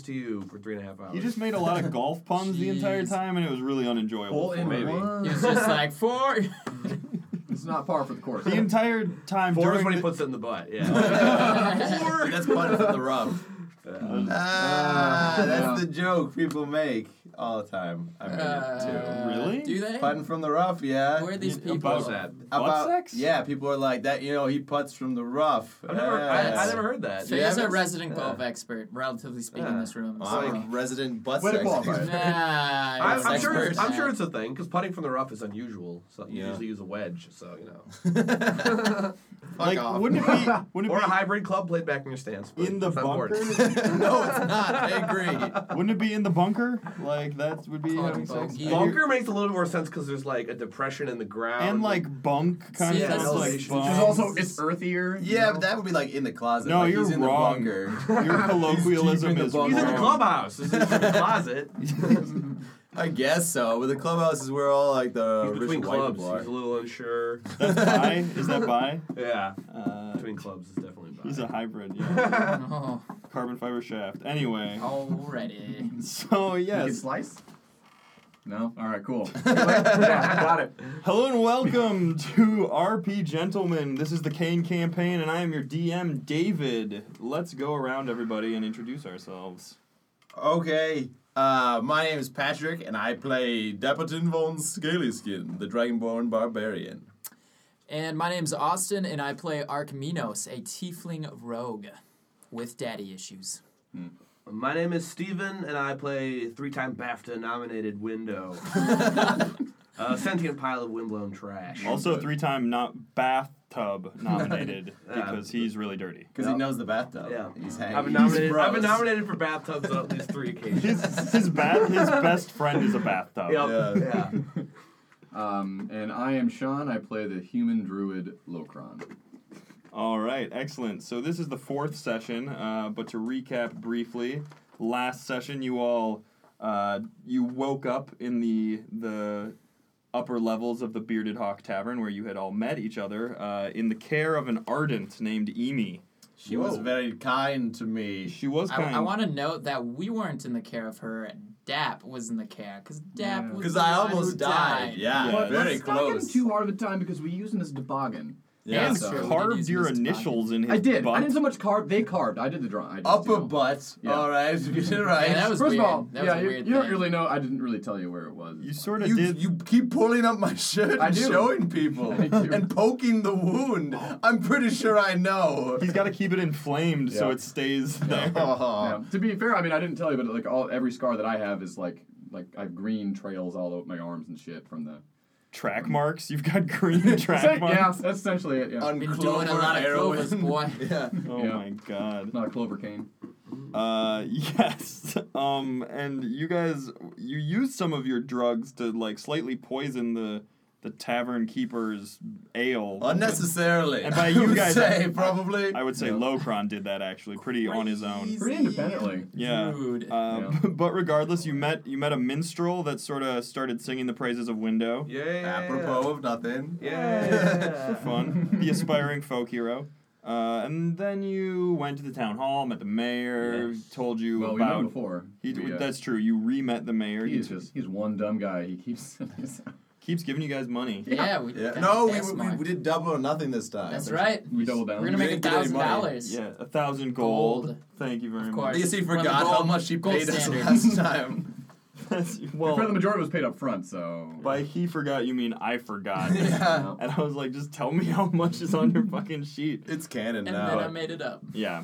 three and a half hours. You just made a lot of golf puns the entire Jeez. time, and it was really unenjoyable. Hole for in me. maybe. one. It's just like four. It's not par for the course. The entire time Four is during when he the- puts it in the butt. Yeah. Four. That's butt from the rough. Ah, Uh, that's yeah. the joke people make all the time. I made Uh, it Really? Do too. they? Putting from the rough, yeah. Where are these You- people? about What's that? Butt sex? Yeah, people are like that. You know, he puts from the rough. I've never, I, I Yes. never heard that. So Yeah, he's a that's- resident yeah. golf expert, relatively speaking, in Yeah. this room. Well, So- I'm a resident butt Way to sex qualify. expert. Nah, I, it's I'm, sure it's, expert. I'm sure it's a thing because putting from the rough is unusual. So you Yeah. usually use a wedge, so you know, Fuck like, off. wouldn't it be? Wouldn't or a it hybrid club played back in your stance be but in the it's not bunker? important. no, it's not. I agree. wouldn't it be in the bunker? Like that would be Call it having sex. bogey. Bunker Bunker makes a little more sense because there's like a depression in the ground and like bunk kind See, of that's sounds like elevation. bunk. There's There's also it's earthier. you Yeah, know? but that would be like in the closet. No, like, you're he's in wrong. The bunker. Your colloquialism in the is bunker. he's in the wrong. clubhouse. He's in the closet. he's I guess so. But the clubhouse is where all like the rich between and white clubs. people are. He's a little unsure. That's bi? Is that bi? Yeah, Uh, between clubs is definitely bad. he's a hybrid. Yeah. Oh, Carbon fiber shaft. Anyway. already. So You can yes. slice. No. All right. Cool. yeah, got it. Hello and welcome to RP Gentlemen. This is the Kane campaign, and I am your DM, David. Let's go around everybody and introduce ourselves. Okay. Uh, my name is Patrick, and I play Dapperton von Scalyskin, the Dragonborn Barbarian. And my name's Austin, and I play Arkminos, a tiefling rogue with daddy issues. My name is Steven, and I play three-time BAFTA-nominated Window, a sentient pile of windblown trash. Also, three-time not bathtub nominated because he's really dirty. Because Yeah. he knows the bathtub. Yeah. He's hanging. I've been nominated. I've been nominated for bathtubs on at least three occasions. His his, bath, his best friend is a bathtub. Yep, Yeah. yeah. Um, and I am Sean. I play the human druid Locron. All right, excellent. So this is the fourth session, uh, but to recap briefly, last session you all uh, you woke up in the the upper levels of the Bearded Hawk Tavern where you had all met each other uh, in the care of an ardent named Emi. She was Whoa. very kind to me. She was kind. I, I want to note that we weren't in the care of her. Dap was in the care, because Dap was Because the I one almost who died. Yeah, Yeah. very Let's not give him close. too hard of a time because we used him as toboggan. yeah. and so- carved your Miss Devon. initials in his I did. butt. I didn't so much carve. They carved. I did the drawing. I did Upper too. butt. Yeah. All right. You did it right. Yeah, that was First weird. of all, That was yeah, a you, weird you don't thing. really know. I didn't really tell you where it was. you sort of you, did. you keep pulling up my shirt I and do. showing people I do. and poking the wound. I'm pretty sure I know. He's got to keep it inflamed so Yeah. it stays there. Oh. Yeah. To be fair, I mean, I didn't tell you, but like all every scar that I have is like like I have green trails all over my arms and shit from the. Track marks. You've got green track Say- marks. yeah, that's essentially it. Yeah. On Been clover doing a lot of heroin. clovers, boy. yeah. Oh Yeah. my god. Not a clover cane. Uh, yes. Um, and you guys, you used some of your drugs to like slightly poison the the tavern keeper's ale. Unnecessarily. And by I you would guys- say probably. I would say Locron did that actually, pretty on his own. Crazy. Pretty independently. Yeah. Dude. Uh, Yeah. but regardless, you met you met a minstrel that sort of started singing the praises of Window. uh, Yeah. Apropos of nothing. Yeah. Fun, the aspiring folk hero. Uh, and then you went to the town hall, met the mayor, Yes. told you Well, we met about. him before. He, We, uh, That's true. You re-met the mayor. he He is just he's one dumb guy. He keeps. keeps giving you guys money. yeah, we Yeah. that- No, we, that's we, smart. we did double or nothing this time. That's right. we double down. We're gonna We make a didn't get any thousand money. dollars. Yeah, a thousand gold. Gold. Thank you very Of much. course. Legacy We're on the forgot how gold- much she gold paid standard. us last time. That's- Well, the well, majority was paid up front, so. by he forgot, you mean I forgot. yeah. And I was like, just tell me how much is on your fucking sheet. It's canon And now. then I made it up. Yeah.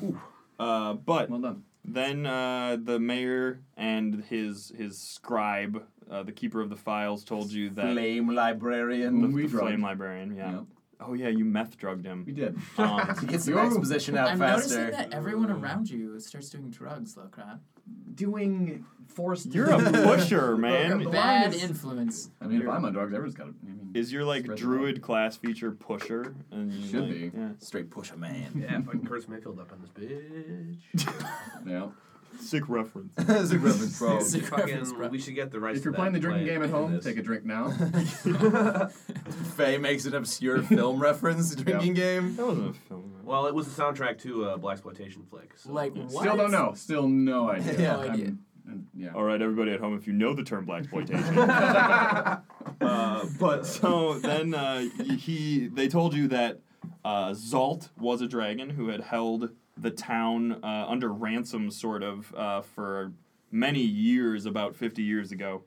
Uh, but Well done. then uh, the mayor and his his scribe, uh, the keeper of the files, told you that Flame the, librarian. We the drugged. flame librarian. Yeah. Yeah. Oh yeah, you meth drugged We him. did. Um, To get some Yo. exposition out I'm faster. Mm. noticing that everyone around you starts doing drugs, Locron. Doing forced. you're a pusher, man. The Bad line is- influence. I mean, if I'm on drugs, everyone's got to. I mean, Is your like Spread the druid class feature pusher? And you, Should like- be. Yeah. Straight push a man. Yeah, fucking Curtis Mayfield up on this bitch. yeah. Sick reference. That's a reference, bro. It's a reference, bro. fucking, we should get the rights. If you're playing the drinking game at home, take a drink now. Faye makes an obscure film reference drinking game. That wasn't a film. right? Well, it was the soundtrack to a black exploitation uh, flick. So. Like what? Still don't know. Still no idea. Yeah. No I'm- idea. I'm All right, everybody at home, if you know the term black exploitation. uh, but so then uh, y- he, they told you that uh, Zalt was a dragon who had held the town uh, under ransom, sort of, uh, for many years, about fifty years ago,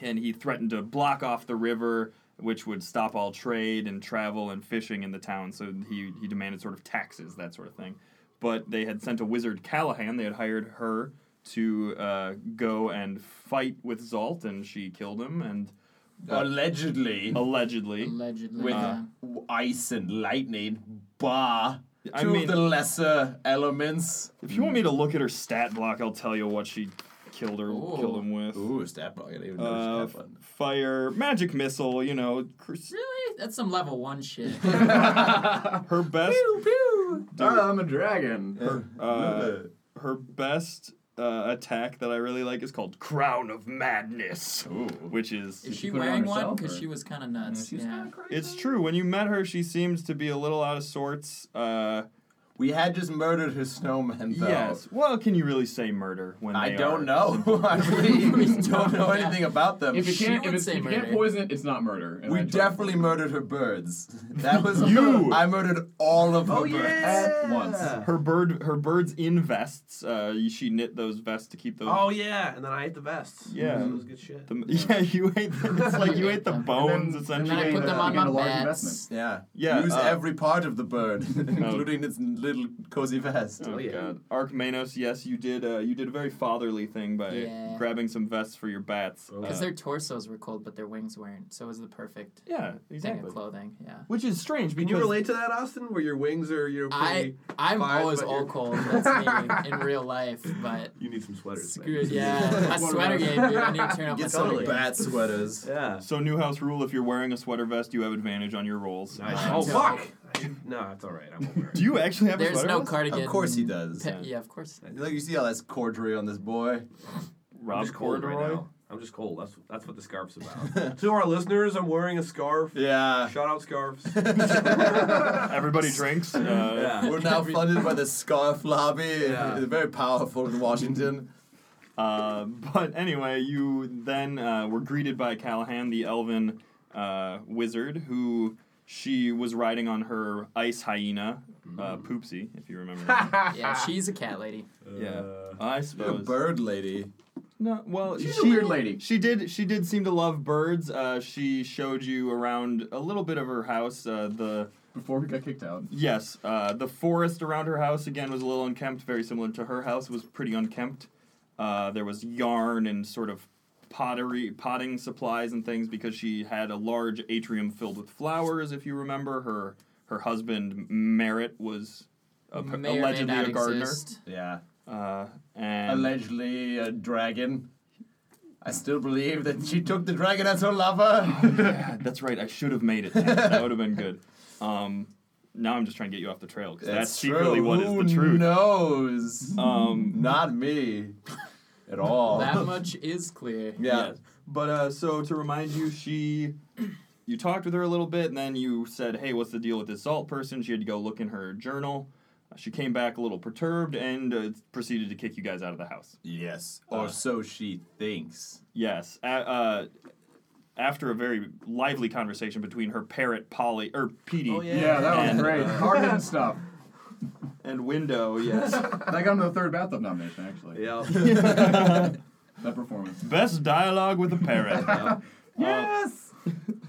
and he threatened to block off the river. Which would stop all trade and travel and fishing in the town. So he, he demanded sort of taxes, that sort of thing but they had sent a wizard Callahan. They had hired her to uh, go and fight with Zalt, and she killed him. And Allegedly, allegedly, Allegedly. Uh, with yeah. ice and lightning, bah. I Two mean- of the lesser elements. if you want me to look at her stat block, I'll tell you what she killed her Ooh. killed him with. Ooh, stat block. I didn't even know Uh, she had one. fire, magic missile. You know, cr- Really? That's some level one shit. her best, I'm a dragon. uh, her best uh, attack that I really like is called Crown of Madness, which is Is she she put it on wearing one? herself, Because or- she was kind of nuts. She's yeah. kind of crazy. It's true. When you met her, she seems to be a little out of sorts. Uh, We had just murdered her snowman, though. yes. Well, can you really say murder when I they don't are- know. I really We don't don't know know. anything about them. If it She can't, if would it's, say if you can't murder. poison it, it's not murder. and I we don't- definitely murdered her birds. That was You! I murdered all of her Oh, birds. yeah! At once. Her bird, her birds in vests. Uh, she knit those vests to keep those. Oh, yeah. And then I ate the vests. Yeah. So it was good shit. the- uh, yeah, you ate. Them. It's like you ate the And then- bones and And essentially. I Yeah, put them you on made my a large bats. investment. Yeah. Yeah, Use uh, every part of the bird, including its little cozy vest. Oh, Oh, yeah. God. Archmanos, yes, you did. Uh, you did a very fatherly thing by Yeah. grabbing some vests for your bats. Because Uh, their torsos were cold, but their wings weren't. So it was the perfect yeah, thing exactly. of clothing. Yeah. Which is strange Can you because relate to that, Austin? Where your wings are your. I I'm Fine, always but all you're- cold. That's me in real life, but You need some sweaters. man. screw it. Yeah, a What sweater about- game, dude. I need to turn up my sweater Get some totally. game. bat sweaters. Yeah. so Newhouse rule: if you're wearing a sweater vest, you have advantage on your rolls. Nice. Uh, oh so- fuck! no, it's all right. I won't wear it. Do you actually have a There's sweater? no vest? cardigan. Of course he does. Pe- yeah, of course. Look, you see all that's corduroy on this boy. I'm Rob just cold right Corduroy. now. I'm just cold. That's that's what the scarf's about. to our listeners, I'm wearing a scarf. Yeah. Shout out scarves. Everybody drinks. Uh, yeah. We're now funded by the scarf lobby. Yeah. It's very powerful in Washington. uh, but anyway, you then uh, were greeted by Callahan, the elven uh, wizard, who she was riding on her ice hyena, uh, Poopsie, if you remember. that. Yeah, she's a cat lady. yeah, Uh, I The suppose. bird lady. No, well, She's she- a weird lady. She did. She did seem to love birds. Uh, she showed you around a little bit of her house. Uh, the Before we got kicked out. Yes, uh, the forest around her house again was a little unkempt, very similar to her house. was pretty unkempt. Uh, there was yarn and sort of pottery, potting supplies and things because she had a large atrium filled with flowers. If you remember, her her husband Merritt was a, May or may allegedly not a gardener. exist. Yeah. Uh, and Allegedly a dragon. I still believe that she took the dragon as her lover. Yeah, that's right. I should have made it. Then. That would have been good. Um, now I'm just trying to get you off the trail because that's, secretly true. what is Who the truth. knows? Um, Not me. At Oh. all. That much is clear. yeah. Yes. But uh, so to remind you, she, you talked with her a little bit, and then you said, "Hey, what's the deal with this salt person?" She had to go look in her journal. Uh, She came back a little perturbed and uh, proceeded to kick you guys out of the house. Yes. Or Uh. so she thinks. Yes. A- uh, after a very lively conversation between her parrot Polly er, or Petey Oh, yeah. Yeah, that And- uh, was great. Harder and stuff. and Window, yes, That got him to the third bathtub nomination, actually. yeah. That performance. best dialogue with a parrot. Uh, Yes!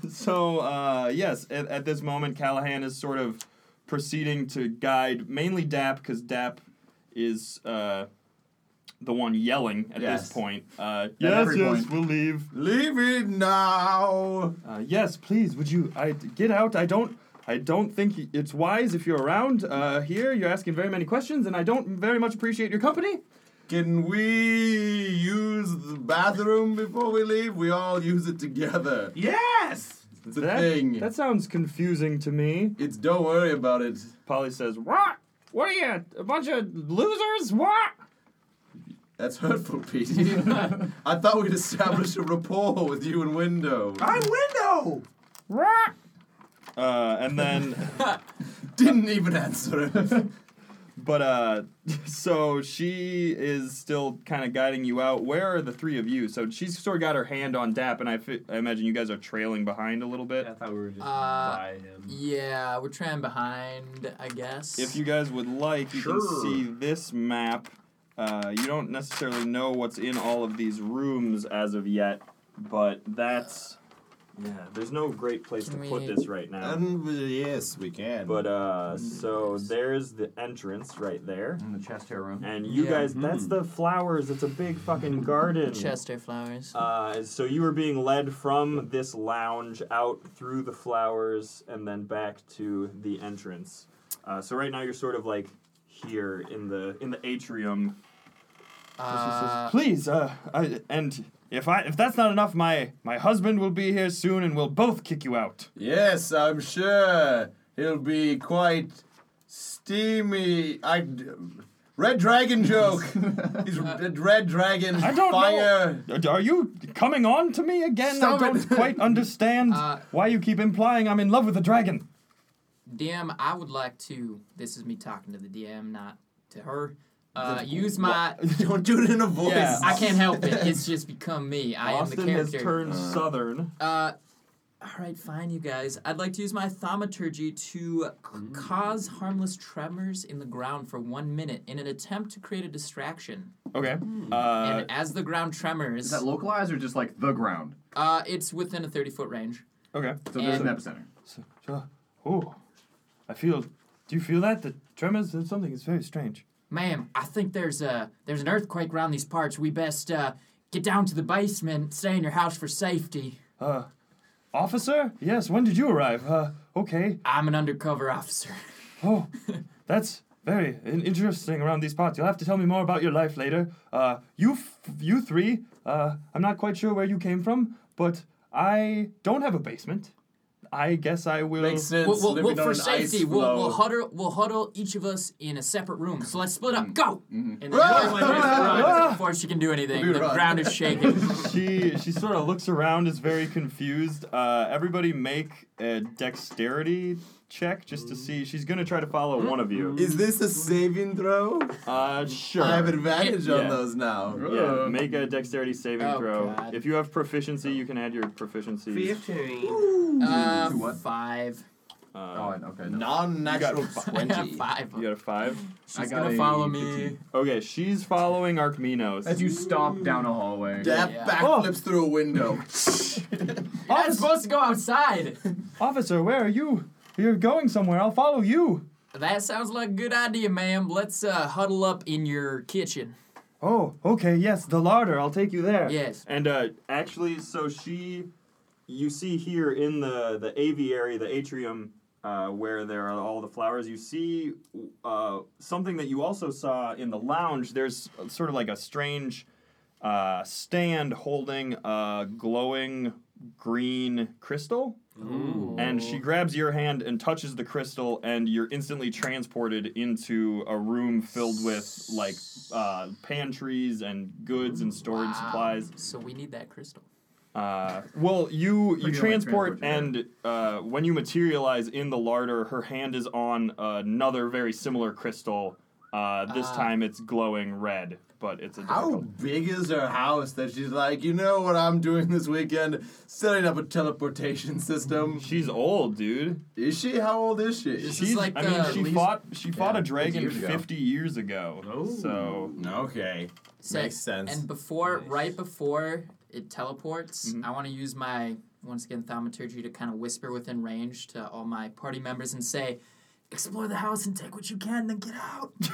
So, uh, yes, at, at this moment, Callahan is sort of proceeding to guide mainly Dap because Dap is uh, the one yelling at Yes. this point. Uh, every point. we'll leave. Leave it now. Uh, yes, please, would you? I get out. I don't. I don't think it's wise if you're around uh, here. You're asking very many questions, and I don't very much appreciate your company. Can we use the bathroom before we leave? We all use it together. Yes. It's a that, thing. that sounds confusing to me. It's don't worry about it. Polly says, "What? What are you? A bunch of losers? What?" That's hurtful, Petey. I thought we'd established a rapport with you and Window. I'm window. Uh, and then, Didn't even answer it. But uh, so she is still kind of guiding you out. Where are the three of you? So she's sort of got her hand on Dap, and I, fi- I imagine you guys are trailing behind a little bit. I thought we were just Uh, by him. Yeah, we're trying behind, I guess. If you guys would like, you can Sure. see this map. Uh, you don't necessarily know what's in all of these rooms as of yet, but that's yeah. There's no great place Can to put we- this right now. And we- yes, we can. But uh, so there's the entrance right there, in the chest hair room. and you Yeah. guys, Hmm. that's the flowers. It's a big fucking garden. Chester flowers. Uh, so you were being led from this lounge out through the flowers and then back to the entrance. Uh, so right now you're sort of like here in the in the atrium. Uh, Please, uh, I, and if I if that's not enough, my my husband will be here soon, and we'll both kick you out. yes, I'm sure he'll be quite steamy. I red dragon joke. He's a red dragon I don't know. fire. Uh, Are you coming on to me again? Stop I don't it. quite understand Uh, why you keep implying I'm in love with a dragon. DM, I would like to. This is me talking to the DM, not to her. Uh, use my. Don't do it in a voice. Yeah. I can't help it. It's just become me. I am Austin the has character. turned southern. Uh, all right, fine, you guys. I'd like to use my thaumaturgy to c- Mm. cause harmless tremors in the ground for one minute in an attempt to create a distraction. Okay. Uh, and as the ground Is tremors, that localized or just like the ground? uh, it's within a thirty foot range. okay. So there's an And- epicenter. So, so- oh, I feel. Do you feel that the tremors? There's something. It's very strange. Ma'am, I think there's a there's an earthquake around these parts. We best uh, get down to the basement, stay in your house for safety. Uh, officer? Yes. When did you arrive? Uh, okay. I'm an undercover officer. Oh, that's very in- interesting around these parts. You'll have to tell me more about your life later. Uh, you, f- you three. Uh, I'm not quite sure where you came from, but I don't have a basement. I guess I will. Makes sense. We'll, we'll, living we'll- on for an ice safety, we'll, floe. we'll huddle we'll huddle each of us in a separate room. So let's split up. Go. And then Mm-hmm. Ah! everyone just runs before she can do anything. Dude, The run. ground is shaking. she she sort of looks around, is very confused. Uh, everybody make a dexterity check just to see. She's gonna try to follow one of you. Is this a saving throw? Uh, sure. I have advantage on Yeah. those now. yeah, make a dexterity saving Oh, throw. God. If you have proficiency, you can add your proficiency. Fifteen. Uh, To what? five. Oh, Uh, I- okay. No. I Non-natural got twenty. five. you got a five. She's got gonna a follow me. 15. Okay, she's following Archminos. As you stomp down a hallway. Dap Yeah. backflips Oh. through a window. You're not supposed to go outside. Officer, where are you? You're going somewhere. I'll follow you. that sounds like a good idea, ma'am. Let's uh, huddle up in your kitchen. Oh, okay, yes, the larder. I'll take you there. Yes. And uh, actually so she you see here in the the aviary the atrium uh, where there are all the flowers you see uh, something that you also saw in the lounge, there's sort of like a strange uh, stand holding a glowing green crystal. And she grabs your hand and touches the crystal, and you're instantly transported into a room filled with like uh, pantries and goods and storage Wow. supplies. So we need that crystal. Uh, well, you you Pretty much transport, transport, and uh, when you materialize in the larder, her hand is on another very similar crystal. Uh, this Ah. time it's glowing red, but it's a How difficult. big is her house that she's like, you know what I'm doing this weekend? Setting up a teleportation system. She's old, dude. Is she? How old is she? This is She's like I the- mean, at she least- fought she fought a dragon years ago. fifty years ago. Oh. So Okay. So- Makes sense. And before, Nice. right before it teleports, I want to use my once again thaumaturgy to kind of whisper within range to all my party members and say, "Explore the house and take what you can, then get out." She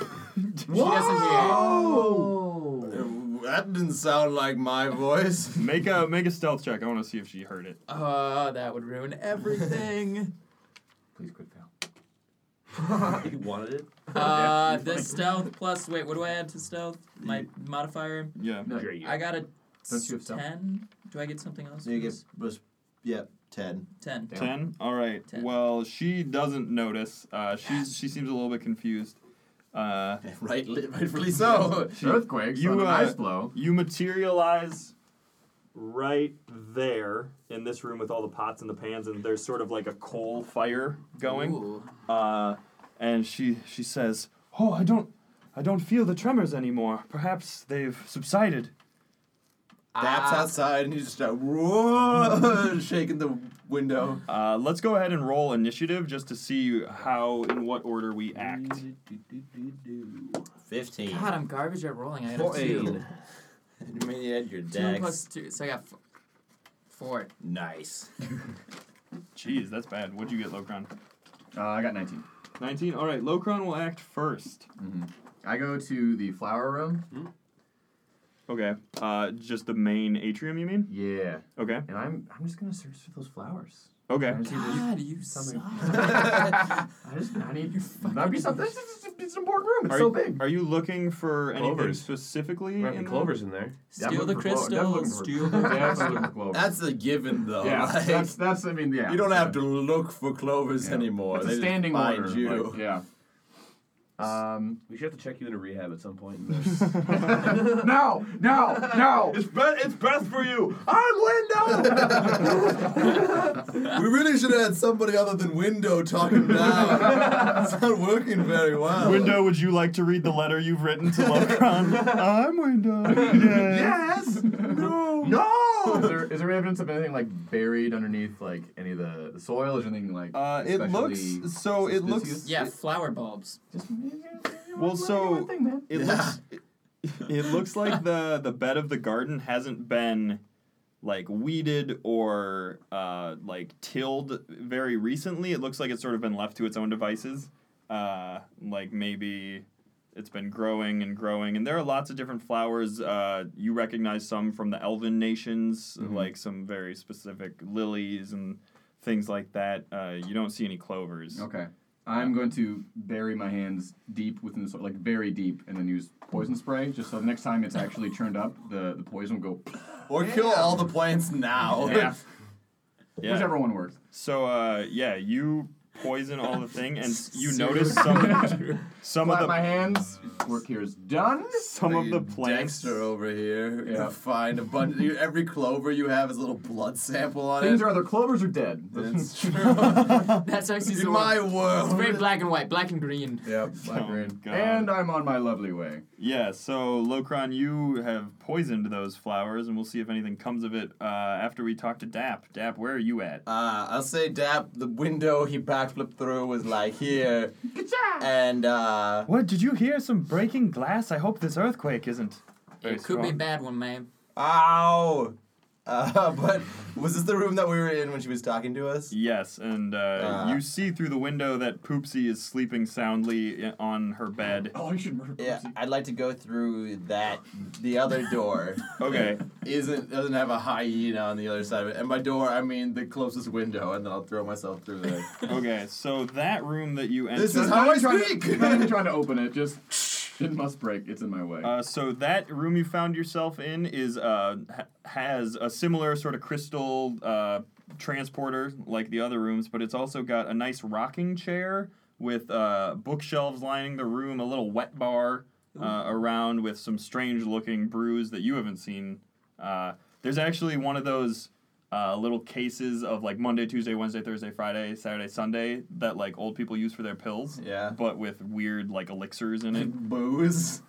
doesn't hear. Uh, That didn't sound like my voice. make a make a stealth check. I want to see if she heard it. Oh, that would ruin everything. Please quit fail. You wanted it? uh, the stealth plus wait, what do I add to stealth? My modifier. Yeah. No. Dare you. I got a Don't you have stealth? ten. Do I get something else? You for get this? was yep ten. ten. Damn. Ten. All right. Ten. Well, she doesn't notice. Uh, she's she seems a little bit confused. Uh, Right, rightfully so. Earthquakes. You, You, an uh, ice blow. you materialize right there in this room with all the pots and the pans and there's sort of like a coal fire going Ooh. uh, and she she says Oh, I don't, I don't feel the tremors anymore. Perhaps they've subsided. That's Ah, outside, and you just start whoa, shaking the window. Uh, let's go ahead and roll initiative just to see how, in what order we act. Fifteen. God, I'm garbage at rolling. I got a two. You may you add your Two dex. plus two. So I got four. four. Nice. Jeez, that's bad. What'd you get, Locron? Uh, I got 19. 19. All right, Locron will act first. I go to the flower room. Okay. Uh, just the main atrium, you mean? Yeah. Okay. And I'm I'm just gonna search for those flowers. Okay. I just need to- God, you suck. something. I just I need that'd be something. It's, it's- it's an important room. It's Are, so you- big. are you looking for anything Clovers. specifically? Might be in the- clovers in there. Steal the looking for clo- crystal. definitely looking for- Steal the That's crystal. looking for clovers. That's a given, though. yeah, like, that's that's I mean yeah. you don't have to look for clovers Yeah. anymore. That's they a just standing find order. you. like, yeah. Um. We should have to check you into rehab at some point. no, no, no. It's best. It's best for you. I'm Window. we really should have had somebody other than Window talking now. it's not working very well. Window, would you like to read the letter you've written to Locron? I'm Window. Yeah. Yes. No. is No. there is there evidence of anything like buried underneath like any of the, the soil? Is there anything like Uh, it especially looks so. It looks. suspicious? Yeah, flower bulbs. Just, Well, so thing, man. it Yeah. looks. It, it looks like the the bed of the garden hasn't been like weeded or uh, like tilled very recently. It looks like it's sort of been left to its own devices. Uh, like maybe it's been growing and growing, and there are lots of different flowers. Uh, you recognize some from the elven nations, Mhm. like some very specific lilies and things like that. Uh, you don't see any clovers. Okay. I'm going to bury my hands deep within the soil, like very deep, and then use poison spray, just so the next time it's actually churned up, the, the poison will go. Or kill all the plants now. Yeah. Yeah. Whichever one works. So uh, yeah, you poison all the thing, and s- you notice some some Clap of my the hands. Work here is done. some of the Fucking plants. Dexter over here. You Yeah. find a bunch. you- every clover you have is a little blood sample on Things it. are either clovers or dead. That's true. That's actually In so. my It's very world. black and white, black and green. Yep. Oh, God. and I'm on my lovely way. yeah, so Locron, you have poisoned those flowers, and we'll see if anything comes of it uh, after we talk to Dap. Dap, where are you at? Uh, I'll say Dap, the window he backflipped through was like here. And uh, What did you hear? Some breaking glass. I hope this earthquake isn't. very It could be a strong. bad one, man. ow! Uh, but was this the room that we were in when she was talking to us? Yes, and uh, Uh. you see through the window that Poopsie is sleeping soundly i- on her bed. Oh, you should murder Yeah, I'd like to go through that. The other door Okay, isn't doesn't have a hyena on the other side of it, and by door I mean the closest window, and then I'll throw myself through there. okay. So that room that you entered. This is Not how I even trying speak. to, not even trying to open it. Just it must break. It's in my way. Uh, so that room you found yourself in is uh, ha- has a similar sort of crystal uh, transporter like the other rooms, but it's also got a nice rocking chair with uh, bookshelves lining the room, a little wet bar uh, around with some strange looking brews that you haven't seen. Uh, there's actually one of those. Uh, little cases of like Monday, Tuesday, Wednesday, Thursday, Friday, Saturday, Sunday that like old people use for their pills, Yeah. but with weird like elixirs in it. Booze.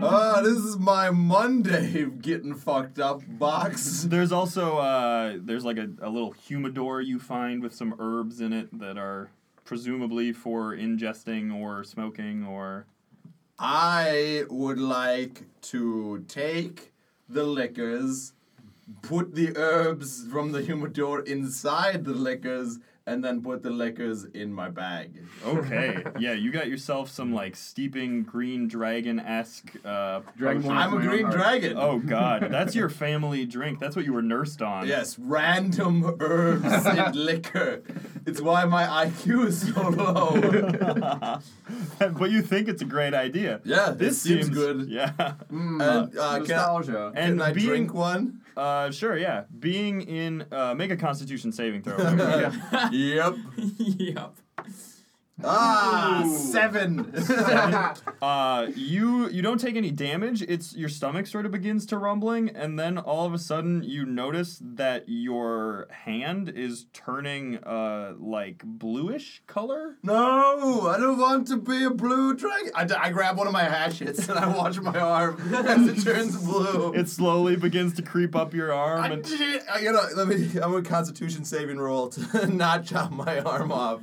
Ah, this is my Monday getting fucked up box. There's also uh, there's like a, a little humidor you find with some herbs in it that are presumably for ingesting or smoking or I would like to take the liquors, put the herbs from the humidor inside the liquors, and then put the liquors in my bag. okay yeah you got yourself some like steeping green dragon esque uh, Dragon potion. wine. I'm a my own green heart. dragon. oh god that's your family drink that's what you were nursed on Yes, random herbs and liquor. It's why my IQ is so low. but you think it's a great idea Yeah, this this seems good. yeah And, uh, can, I, Hmm. Nostalgia. and can I being- drink one? uh, sure yeah being in uh, make a constitution saving throw yep. yep. Ah, seven. Uh, you you don't take any damage. It's your stomach sort of begins to rumbling, and then all of a sudden you notice that your hand is turning uh like bluish color. no, I don't want to be a blue dragon. I, d- I grab one of my hatchets and I watch my arm as it turns blue. It slowly begins to creep up your arm. I And, did, I, you know, let me. I'm a Constitution saving roll to not chop my arm off.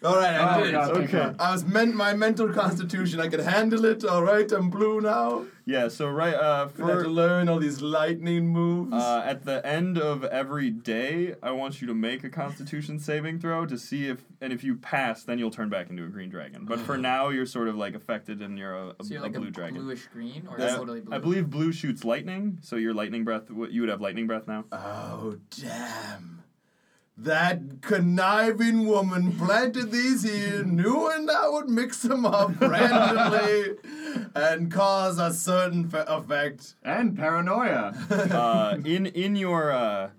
All right, I Oh, did. God, thank Okay. God. I was meant my mental constitution. I could handle it. All right, I'm blue now. yeah. So right uh I had to for learn all these lightning moves. uh, at the end of every day, I want you to make a Constitution saving throw to see if and if you pass, then you'll turn back into a green dragon. But for now, you're sort of like affected and you're a, a, So you're a like a, blue dragon. bluish green or Uh, totally blue? I believe blue shoots lightning, so your lightning breath, what- you would have lightning breath now. oh damn! That conniving woman planted these here, knew and I would mix them up randomly and cause a certain fe- effect. And paranoia. Uh, in in your, uh,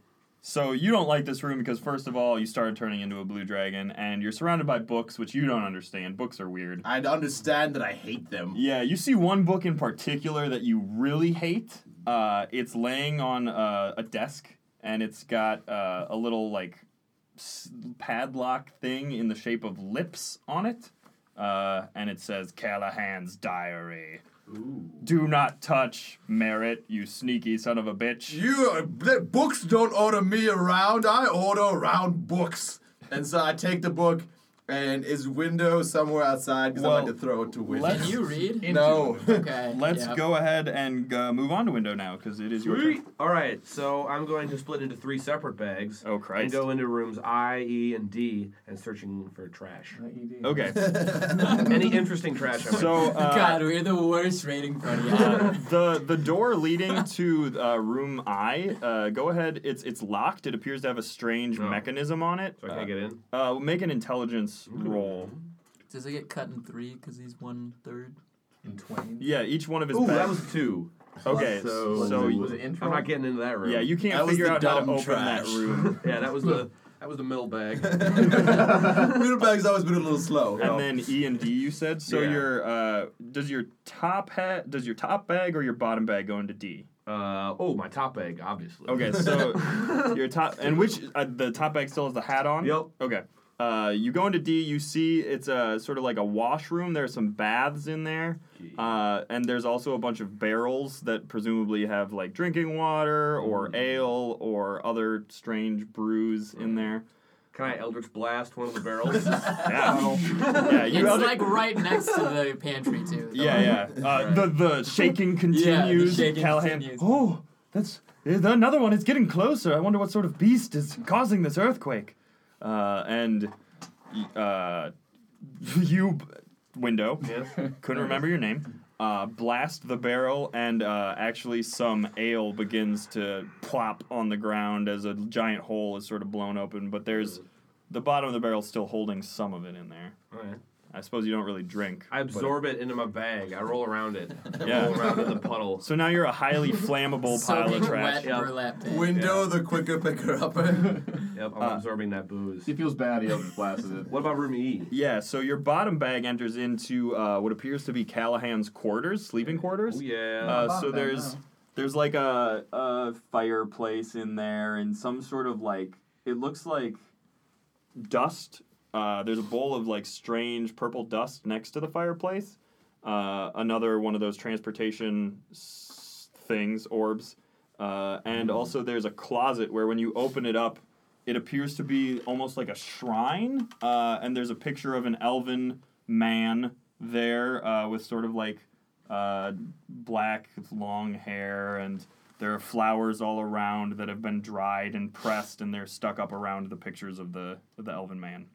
so you don't like this room because first of all, you started turning into a blue dragon, and you're surrounded by books, which you don't understand. Books are weird. I'd understand that I hate them. Yeah, you see one book in particular that you really hate. Uh, it's laying on uh, a desk, and it's got uh, a little like s- padlock thing in the shape of lips on it, uh, and it says Callahan's Diary. Do not touch Merritt, you sneaky son of a bitch. You the books don't order me around. I order around books. And so I take the book, and is window somewhere outside because I Well, like to throw it to window. let's- Can you read? no. Okay. Let's yeah. go ahead and uh, move on to window now because it is your turn. All right, so I'm going to split into three separate bags Oh and Christ! go into rooms I, E, and D and searching for trash. Okay, Any interesting trash? I might so uh, God, we're the worst rating party ever. the the door leading to uh, room I. Uh, go ahead. It's it's locked. It appears to have a strange Oh. mechanism on it. so I can't get in. Uh, uh, make an intelligence roll. Does it get cut in three because he's one third? In twain. Yeah, each one of his. Ooh, that bags- was two. okay. so- So, was it intro? I'm not getting into that room. yeah, you can't That was figure the out how to dumb open that trash. room. Yeah, that was the that was the mill bag. Middleback's always been a little slow. and then E and D, you said. So Yeah. your uh, does your top hat does your top bag or your bottom bag go into D? Uh, oh, my top bag, obviously. Okay, so your top and which uh, the top bag still has the hat on. Yep. Okay. Uh, you go into D. You see it's a sort of like a washroom. There's some baths in there, uh, and there's also a bunch of barrels that presumably have like drinking water or ale or other strange brews in there. Can I Eldritch Blast one of the barrels? Yeah. yeah. You It's have to- like right next to the pantry too. though. Yeah, yeah. Uh, the the shaking continues. shaking Callahan. continues. Oh, that's eh, another one. It's getting closer. I wonder what sort of beast is causing this earthquake. Uh, and uh, you, window, yes. couldn't remember your name. Uh, blast the barrel, and uh, actually, some ale begins to plop on the ground as a giant hole is sort of blown open. But there's the bottom of the barrel still holding some of it in there. All right. I suppose you don't really drink. I but- absorb it into my bag. I roll around it. I Yeah. roll around in the puddle. So now you're a highly flammable pile Soaking of trash. wet Yeah. burlap bag. Window the quicker picker upper. Yep, I'm Uh, absorbing that booze. He feels bad. He just blasted it. What about room E? Yeah, so your bottom bag enters into uh, what appears to be Callahan's quarters, sleeping quarters. Oh yeah. Uh, so Bottom bag, there's no. There's like a, a fireplace in there and some sort of like it looks like dust. Uh, there's a bowl of like strange purple dust next to the fireplace. Uh, another one of those transportation s- things, orbs. Uh, and also there's a closet where when you open it up, it appears to be almost like a shrine. Uh, and there's a picture of an elven man there uh, with sort of like uh, black long hair and there are flowers all around that have been dried and pressed and they're stuck up around the pictures of the of the elven man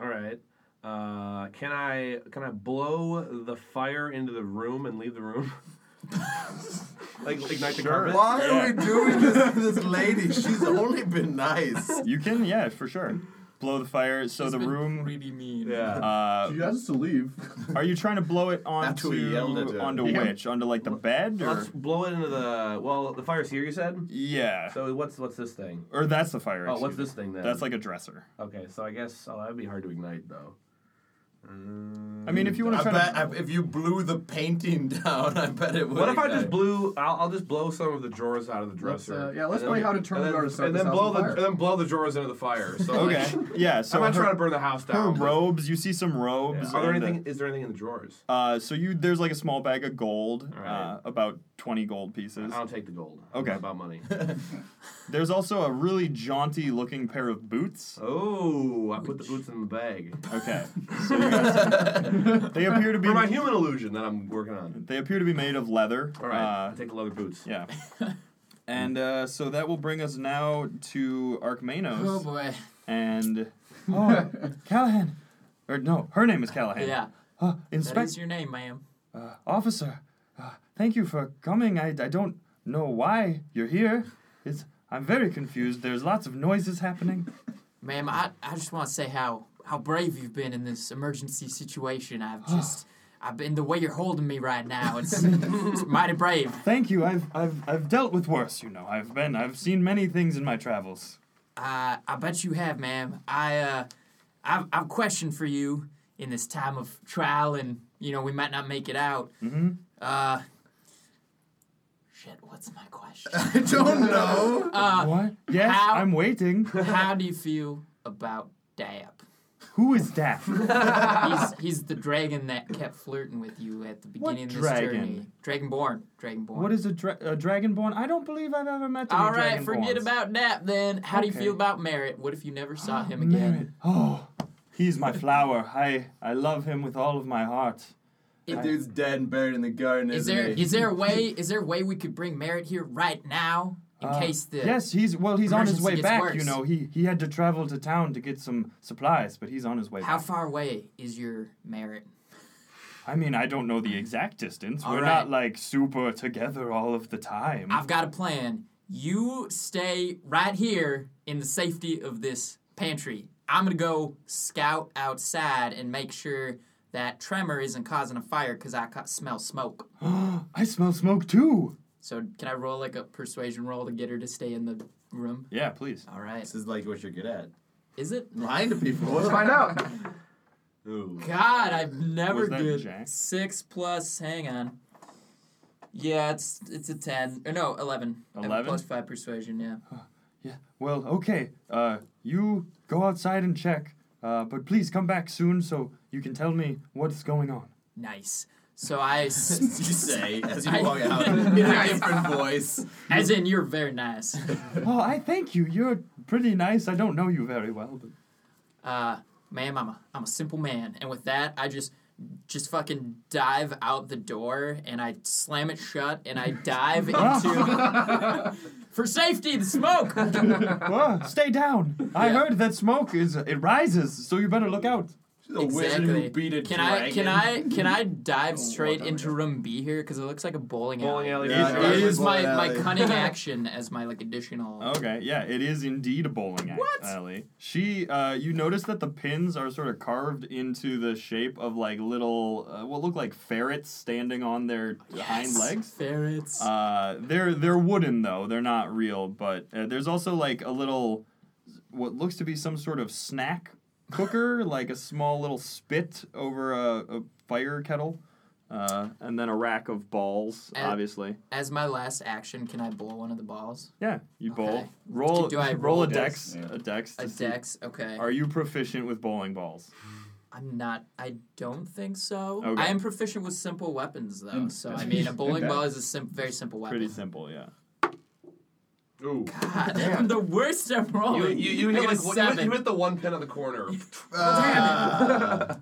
All right. Uh, can I can I blow the fire into the room and leave the room? like ignite the carpet. Why Yeah. are we doing this to this lady? She's only been nice. you can yeah for sure blow the fire so He's the been room Really mean. Yeah. uh, She has to leave. are you trying to blow it onto After we yelled at uh, her. onto Yeah. which onto like the bed or Let's blow it into the well. The fire's here. You said. yeah So what's what's this thing? or that's the fire Oh, what's excuse me. this thing then? that's like a dresser Okay, so I guess oh, that'd be hard to ignite though. Uh, I mean, if you want I to try bet to. I, if you blew the painting down, I bet it would. What if I just ignite. blew? I'll, I'll just blow some of the drawers out of the Let's, dresser. uh, yeah, let's And play then- how to turn and the then- drawers so and this then house blow on the fire. and then blow the drawers into the fire. So like, Okay. Yeah, so. I'm not her, trying to burn the house her down. but- robes, you see some Yeah. robes. Are there and, uh, anything? Is there anything in the drawers? Uh, so you there's like a small bag of gold, uh, Right. Uh-huh. about twenty gold pieces. I'll take the gold. Okay. Not about money. There's also a really jaunty looking pair of boots. Oh, I put the boots in the bag. Okay, so you got some- they appear to be For my human illusion that I'm working on. they appear to be made of leather. All right, Uh, I take the leather boots. yeah. And uh, so that will bring us now to Oh Archmanos boy. and oh, Callahan, or no, her name is Callahan. Yeah. Oh, That is Inspector your name, ma'am. uh, Officer, uh, thank you for coming. I, I don't know why you're here. It's, I'm very confused. There's lots of noises happening. Ma'am, I, I just want to say how, how brave you've been in this emergency situation. I've Ah. just, I've been, the way you're holding me right now, it's, it's mighty brave. Thank you. I've, I've, I've dealt with worse, you know. I've been, I've seen many things in my travels. I, Uh, I bet you have, ma'am. I, uh, I've, I've a question for you in this time of trial and, you know, we might not make it out. Mm-hmm. Uh, shit, what's my question? I don't know. Uh, what? Yes, how- I'm waiting. how do you feel about Dab? Who is that? he's he's the dragon that kept flirting with you at the What beginning of this dragon? journey. Dragonborn. Dragonborn. what is a, dra- a dragonborn? I don't believe I've ever met any All right, forget dragonborns. about Nap then. How do you Okay. Ah, feel about Merritt? What if you never saw him again? Merritt. Oh, he's my flower. I, I love him with all of my heart. The dude's dead and buried in the garden. Is isn't there he? is there a way is there a way we could bring Merritt here right now in Uh, case the yes he's well he's on his emergency way gets back you worse. know he he had to travel to town to get some supplies but he's on his way how back far away is your Merritt? i mean i don't know the exact distance All we're right. not like super together all of the time I've got a plan. You stay right here in the safety of this pantry. I'm gonna go scout outside and make sure that tremor isn't causing a fire because I ca- smell smoke. i smell smoke too So can I roll like a persuasion roll to get her to stay in the room? yeah please All right. This is like what you're good at. Is it? Lying to people. Let's find out. Ooh. God, I've never Was that good. Jack? Six plus. Hang on. Yeah, it's it's a ten or no eleven. I have a 11? plus five persuasion. Yeah. yeah well okay uh you go outside and check uh but please come back soon so you can tell me what's going on Nice. So I s- you say as you I- walk out in a different voice. As in, you're very nice. oh i thank you you're pretty nice i don't know you very well but Uh, ma'am, I'm a, I'm a simple man. And with that, I just just fucking dive out the door and I slam it shut and I dive into for safety the smoke. Whoa, stay down i Yeah. heard that smoke is it rises so you better look out She's a wizard who beat a Can I dragon. can I can I dive straight down into room B here because it looks like a bowling, Oh, Bowling alley. Yeah, I it use is my, bowling my alley. cunning action as my like additional. Okay, yeah, it is indeed a bowling a- What? alley. She, uh, you notice that the pins are sort of carved into the shape of like little, uh, what look like ferrets standing on their hind Yes. legs. Ferrets. Uh, they're they're wooden though; they're not real. But uh, there's also like a little, what looks to be some sort of snack cooker, like a small little spit over a, a fire kettle, uh, and then a rack of balls. And- obviously, as my last action, can I blow one of the balls? yeah. You bowl, Okay. roll, Do I roll roll a a dex, dex? Yeah. a dex, to A see- dex. Okay. are you proficient with bowling balls? I'm not. I don't think so. Okay. I am proficient with simple weapons though. And- so I mean, a bowling and ball that- is a sim- very simple weapon. Pretty simple, yeah. Ooh. God, I'm the worst at rolling. You, you, you, I hit got a like, you, hit, seven. you hit the one pin on the corner. Ah.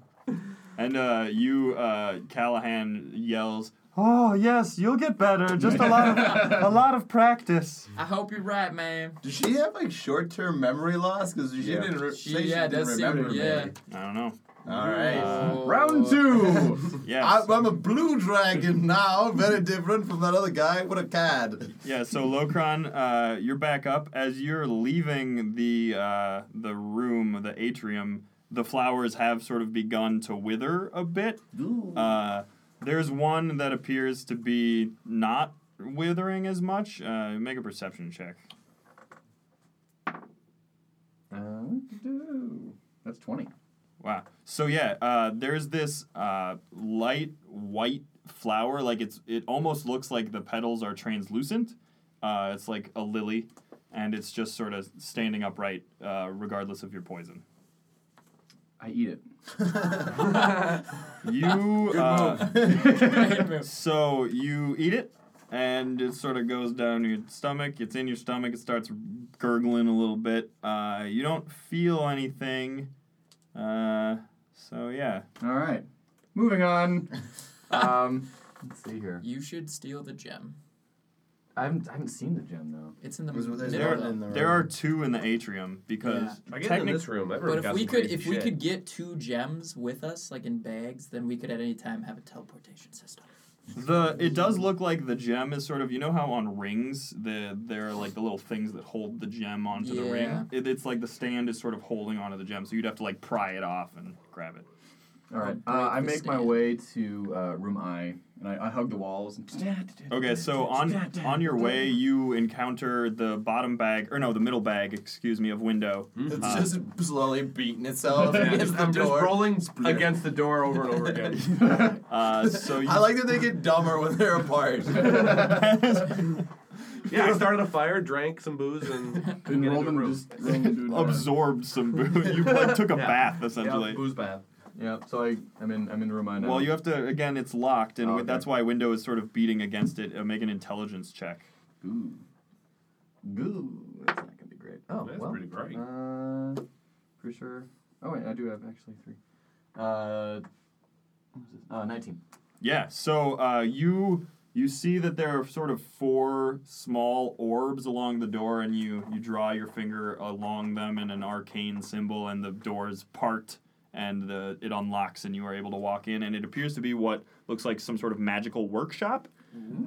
And uh, you, uh, Callahan yells, "Oh yes, you'll get better. Just a lot, of, a lot of practice." I hope you're right, man. Does she have like short-term memory loss? Because she Yeah. didn't. Re- She- say she yeah, didn't that's remember. even- yeah. Oh. me. I don't know. All right. Uh, Round two. Yes. I, I'm a blue dragon now, very different from that other guy. What a cad. yeah. So Locron, uh, you're back up as you're leaving the uh, the room, the atrium. The flowers have sort of begun to wither a bit. Uh, there's one that appears to be not withering as much. Uh, make a perception check. Uh, do. That's 20. Wow. So yeah, uh, there's this uh, light white flower. Like it's it almost looks like the petals are translucent. Uh, it's like a lily, and it's just sort of standing upright, uh, regardless of your poison. I eat it. You. uh, Great move. So you eat it, and it sort of goes down your stomach. It's in your stomach. It starts gurgling a little bit. Uh, you don't feel anything. Uh, so yeah. All right. Moving on. Um, let's see here. You should steal the gem. I haven't, I haven't seen the gem though. It's in the Was- was there middle. one though. in the There are two in the atrium because I get in technically this room. everyone But if got we some could, crazy if we shit. could get two gems with us, like in bags, then we could at any time have a teleportation system. the it does look like the gem is sort of you know how on rings the there are like the little things that hold the gem onto the Yeah. ring. It, it's like the stand is sort of holding onto the gem, so you'd have to like pry it off and grab it. All right. I'll Uh, break I the make my stand. way to uh, room I, and I, I hug the walls. And Okay, so on on your way, you encounter the bottom bag, or no, the middle bag, excuse me, of window. It's Uh, just slowly beating itself Yeah, against just- the I'm just door. rolling against the door over and over again. Uh, so you, I like that they get dumber when they're apart. yeah, I started a fire, drank some booze, and couldn't And get into a Roman room. just rolled into a- absorbed some booze. You like, took a Yeah. bath Yeah, essentially. booze bath. Yeah. So I, I'm in. I'm in room I now. well, you have to again. It's locked, and Oh, wi- okay. that's why window is sort of beating against it. Uh, make an intelligence check. Ooh. Goo. That's not gonna be great. Oh, That's well. pretty great. Uh, pretty sure. Oh wait, I do have actually three. Uh, what was this? uh, nineteen. Yeah. So uh, you you see that there are sort of four small orbs along the door, and you you draw your finger along them in an arcane symbol, and the doors part, and the it unlocks, and you are able to walk in, and it appears to be what looks like some sort of magical workshop.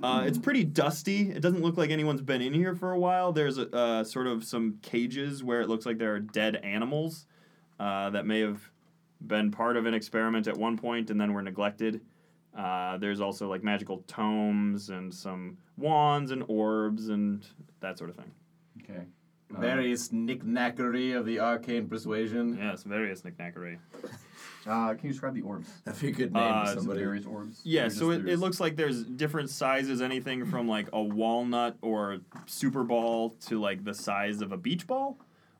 Uh, it's pretty dusty. It doesn't look like anyone's been in here for a while. There's a, uh, sort of some cages where it looks like there are dead animals uh, that may have been part of an experiment at one point and then were neglected. Uh, there's also like magical tomes and some wands and orbs and that sort of thing. Okay. Uh, Various knickknackery of the arcane persuasion. Yes, various knickknackery. Uh, can you describe the orbs? That'd be a good name Ah, Uh, for it's somebody. various orbs. Yeah, Or just so it, it there's- looks like there's different sizes, anything from like a walnut or super ball to like the size of a beach ball.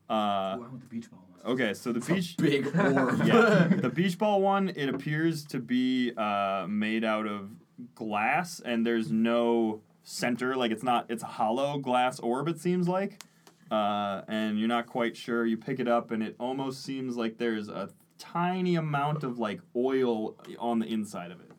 Uh, Ooh, I want the beach ball one. okay, so the beach Big orb. yeah. The beach ball one, it appears to be uh, made out of glass, and there's no center. Like it's not, it's a hollow glass orb. It seems like, uh, and you're not quite sure. You pick it up, and it almost seems like there's a tiny amount of like oil on the inside of it.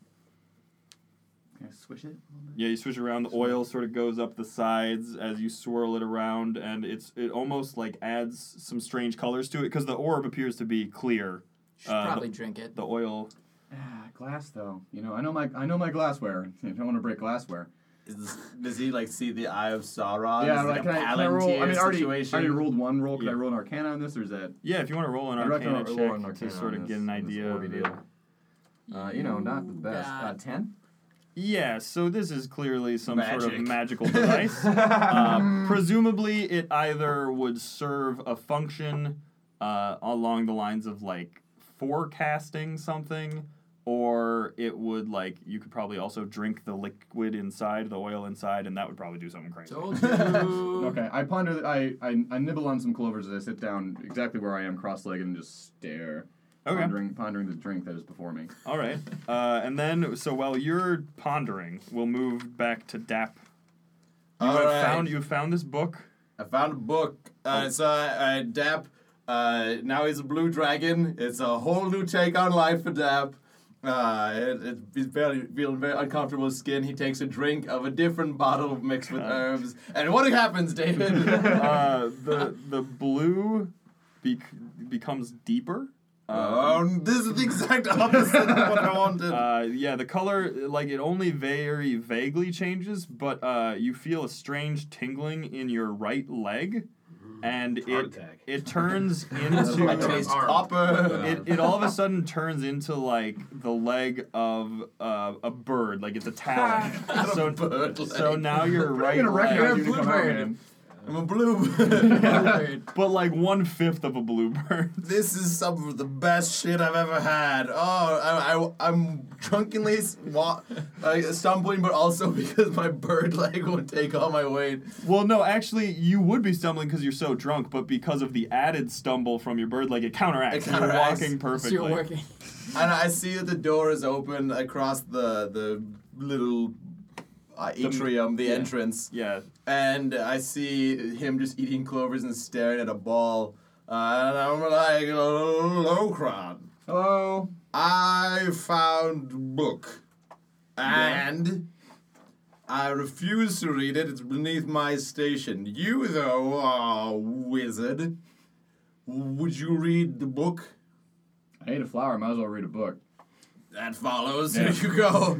Can I swish it? a little bit? Yeah, you switch around. The oil sort of goes up the sides as you swirl it around, and it's it almost like adds some strange colors to it because the orb appears to be clear. Should Uh, probably drink it. The oil Ah, glass though. You know, I know my I know my glassware. I don't want to break glassware. Is this, does he like see the Eye of Sauron? Oh, yeah, Is it like, a can, I, can I roll? Palantir I mean, I already, I situation. already rolled one roll. Can I Yeah. roll an Arcana on this, or is that? Yeah, if you want to roll an I'd rather arcana not check roll an Arcana to sort on of this- get an on this idea. orby of deal. Uh, you know, not the best. Uh, got- Ten. Yeah, so this is clearly some sort of Magic. magical device. uh, presumably, it either would serve a function uh, along the lines of like forecasting something, or it would like you could probably also drink the liquid inside, the oil inside, and that would probably do something crazy. Told you. Okay, I ponder. th- I, I I nibble on some clovers as I sit down exactly where I am, cross-legged, and just stare, Okay. pondering pondering the drink that is before me. All right, uh, and then so while you're pondering, we'll move back to Dap. You All have right. found you have found this book. I found a book. Uh, It's a uh, Dap. Uh, now he's a blue dragon. It's a whole new take on life for Dap. Uh, it, it, he's very, feeling very uncomfortable skin. He takes a drink of a different bottle mixed with herbs. And what happens, David? Uh, the the blue bec- becomes deeper. um, this is the exact opposite of what I wanted. Uh, yeah, the color like it only very vaguely changes, but uh, you feel a strange tingling in your right leg, and Heart it attack. it turns I into taste Arm. copper. it, it all of a sudden turns into like the leg of uh, a bird, like it's a talon. so Bird so leg. now your I'm right gonna leg. recognize you to Blue come out, bird. man. I'm a bluebird. Bluebird. But like one fifth of a bluebird. this is some of the best shit I've ever had. Oh, I, I, I'm drunkenly s- wa- uh, stumbling, but also because my bird leg won't take all my weight. Well, no, actually, you would be stumbling because you're so drunk, but because of the added stumble from your bird, like it counteracts. It counteracts. You're walking So perfectly. you're working. And I see that the door is open across the the little uh, atrium, the yeah. entrance, Yeah. and I see him just eating clovers and staring at a ball. Uh, and I'm like, Locron, Hello. I found book, and I refuse to read it. It's beneath my station. You though are wizard. Would you read the book? I ate a flower. Might as well read a book. That follows. Yeah. Here you go.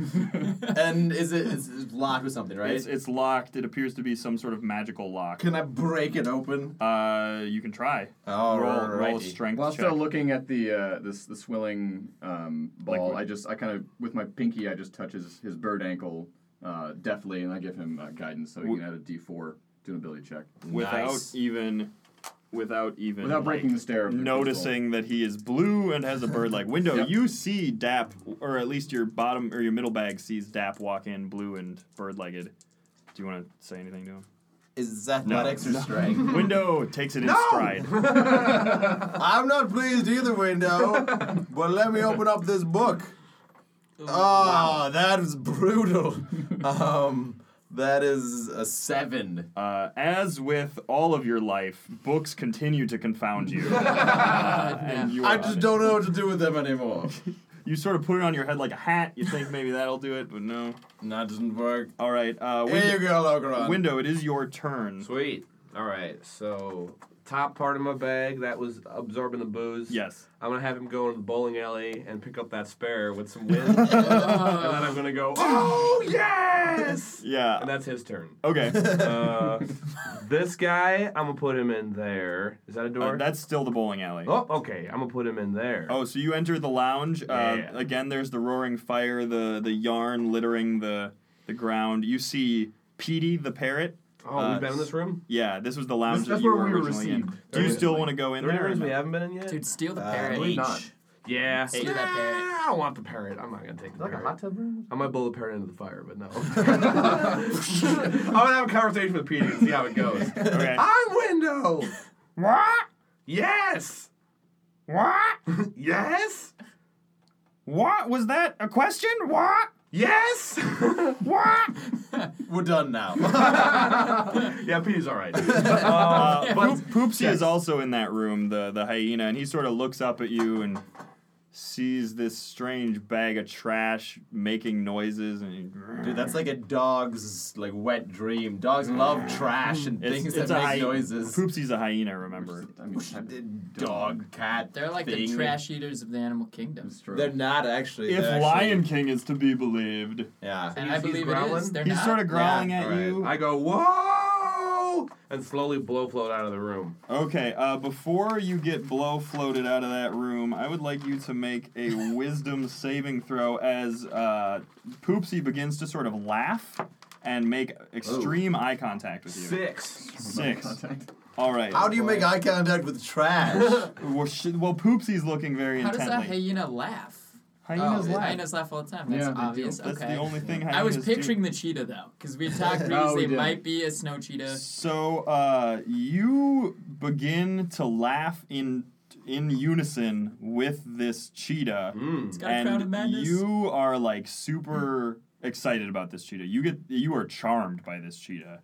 and is it is it locked with something, right? It's, it's locked. It appears to be some sort of magical lock. Can I break it open? Uh, you can try. All roll, roll a righty. strength While check. still looking at the uh, this the swilling um, ball, Liquid. I just I kind of with my pinky I just touch his, his bird ankle uh, deftly, and I give him uh, guidance so he Wi- can add a D four to an ability check without Nice. even, without even without like, breaking the stare. Of the crystal. noticing that he is blue and has a bird like window. Yep. You see Dap, or at least your bottom or your middle bag sees Dap walk in blue and bird legged. Do you want to say anything to him? Is athletics or strength? Window takes it in stride. I'm not pleased either, window. but let me open up this book. Oh, that is brutal. um, that is a seven. Uh, as with all of your life, books continue to confound you. Uh, and you I are just un- don't know what to do with them anymore. You sort of put it on your head like a hat. You think maybe that'll do it, but no. that doesn't work. All right. Uh, Here you window, go, Logaron. window, it is your turn. Sweet. All right. So top part of my bag that was absorbing the booze. Yes. I'm gonna have him go into the bowling alley and pick up that spare with some wind, and then I'm gonna go. Oh yes! Yeah. And that's his turn. Okay. Uh, this guy, I'm gonna put him in there. Is that a door? Uh, that's still the bowling alley. oh, okay. I'm gonna put him in there. Oh, so you enter the lounge. Uh, Yeah. Again, there's the roaring fire, the the yarn littering the the ground. You see Petey the parrot. Oh, uh, we've been in this room. Yeah, this was the lounge This- that that's you where were we were originally in. received Do you still originally. want to go in There there? any or rooms we no? haven't been in yet? Dude, steal the Uh, parrot. believe each. not. Yeah. Steal that parrot. I don't want the parrot. I'm not gonna take the parrot. tub room. I might blow the parrot into the fire, but no. I'm gonna have a conversation with Petey and see how it goes. Okay. I'm window. What? Yes. What? yes. What was that? A question? What? Yes. What? We're done now. yeah, Petey's all right. Uh, Poop, but Poopsie is also in that room, the the hyena, and he sort of looks up at you and sees this strange bag of trash making noises and. he- Dude, that's like a dog's like wet dream. Dogs love trash and It's- things it's that a make hy- noises. Poopsie's a hyena, remember? I mean, I- Dog, cat. They're like the thing. trash eaters of the animal kingdom. it's true. They're not actually. If they're actually- Lion King is to be believed, Yeah. And He's- I he's believe it growling? is. They're he's not. sort of growling Yeah, at alright. you. I go whoa, and slowly blow float out of the room. Okay, uh, before you get blow floated out of that room, I would like you to make a wisdom saving throw as uh, Poopsie begins to sort of laugh and make extreme eye contact with you. Six. Six. Contact. All right. How do you make eye contact with trash? Well, sh- well, Poopsie's looking very How does intently. that hyena laugh? Hyenas oh, laugh. hyenas laugh all the time. That's Yeah, they do. obvious. That's okay. the only thing hyenas I was do. picturing the cheetah though, because we talked previously we it did. might be a snow cheetah. So uh, you begin to laugh in in unison with this cheetah. Mm. It's got a crown of and madness. you are like super excited about this cheetah. You get you are charmed by this cheetah,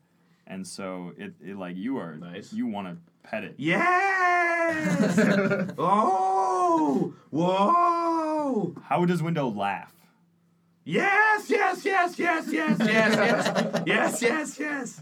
and so it, it like you are Nice. You want to pet it. Yes. oh, whoa. How does Window laugh? Yes, yes, yes, yes, yes, yes, yes, yes, yes, yes.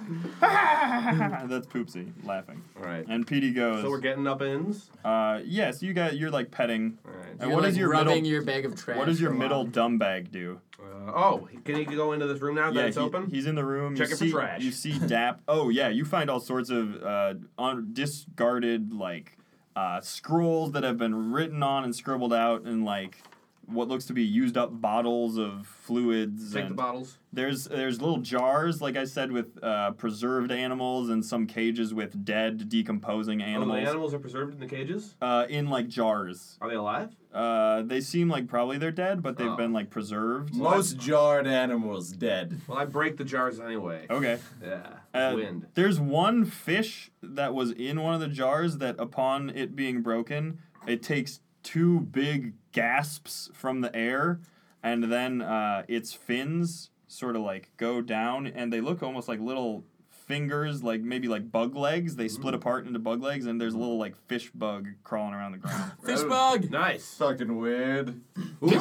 That's Poopsie laughing. All right. And Petey goes. So we're getting up ends. uh, yes, you got. You're like petting. All right. And You're, what like, does your rubbing middle? your bag of trash? what does your for a middle while. dumb bag do? Uh, oh, can he go into this room now that it's he- open? He's in the room. Check you it for see, trash. You see Dap. Oh yeah, you find all sorts of uh, un- discarded like uh, scrolls that have been written on and scribbled out and like what looks to be used up bottles of Take fluids. the and bottles. there's there's little jars, like I said, with uh, preserved animals and some cages with dead, decomposing Oh, animals the animals are preserved in the cages. uh, in like jars. Are they alive? Uh, they seem like probably they're dead, but they've Oh. been like preserved. Most jarred animals dead. Well, I break the jars anyway. Okay. Yeah. Uh, Wind. There's one fish that was in one of the jars that, upon it being broken, it takes two big gasps from the air, and then uh, its fins sort of like go down, and they look almost like little fingers, like maybe like bug legs. They split apart into bug legs, and there's a little like fish bug crawling around the ground. Fish bug. Nice. uh, Fucking weird.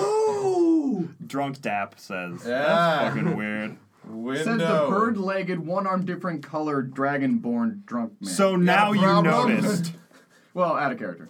Ooh. Drunk Dap says, Yeah. "That's fucking weird." Window. Says the bird-legged, one-armed, different colored, dragonborn drunk man. So now you problem? noticed. well, out of character.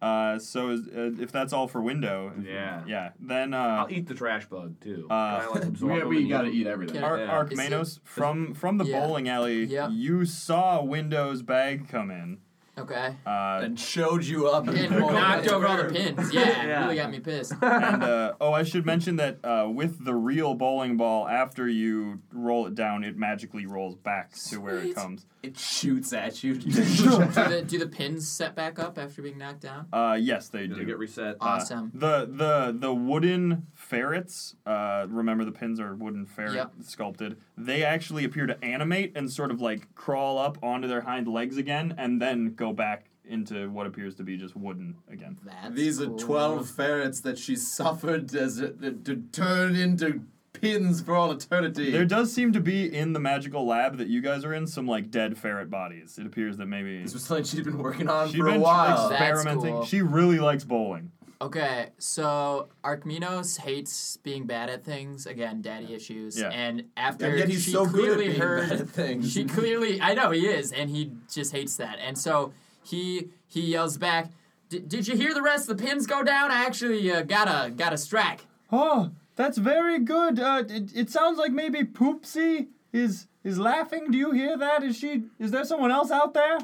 Uh, so is, uh, if that's all for window, Yeah. yeah, then uh, I'll eat the trash bug too. Uh, Can I, like, absorb We, them we and gotta them? eat everything. Yeah. Ar- Yeah. Archmanos from from the Yeah. bowling alley. Yep. You saw Windows bag come in. Okay. Uh, And showed you up. It They're knocked going over all the to- pins. Yeah, it Yeah. really got me pissed. and uh, oh, I should mention that uh, with the real bowling ball, after you roll it down, it magically rolls back to where it Sweet. comes. It shoots at you. Do the, do the pins set back up after being knocked down? Uh, yes, they Does it get do. reset? Uh, Awesome. the the the wooden ferrets. Uh, remember the pins are wooden ferret Yep. sculpted. They actually appear to animate and sort of like crawl up onto their hind legs again, and then go back into what appears to be just wooden again. That's These are cool. 12 ferrets that she suffered as a, to turn into pins for all eternity. There does seem to be in the magical lab that you guys are in some like dead ferret bodies. It appears that maybe this was something she'd been working on she's for a been while. That's experimenting. cool. She really likes bowling. Okay, so Archminos hates being bad at things. Again, daddy issues. Yeah. And after And yet he's she so good at clearly being heard bad at things. She clearly, I know he is, and he just hates that. And so he he yells back, "D- "Did you hear the rest of the pins go down? I actually uh, got a got a strike." Oh, that's very good. Uh, it, it sounds like maybe Poopsie is is laughing. Do you hear that? Is she? Is there someone else out there?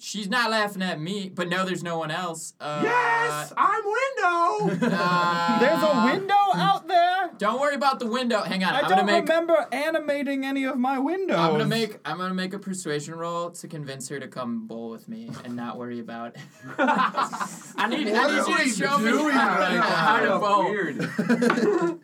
She's not laughing at me, but no, there's no one else. Uh, Yes, I'm Window. uh, window out there. Don't worry about the window. Hang on, I am gonna make. remember animating any of my windows. I'm gonna make I'm gonna make a persuasion roll to convince her to come bowl with me and not worry about. I need What I are need you we to show me doing how, to- right now? how to bowl. Weird.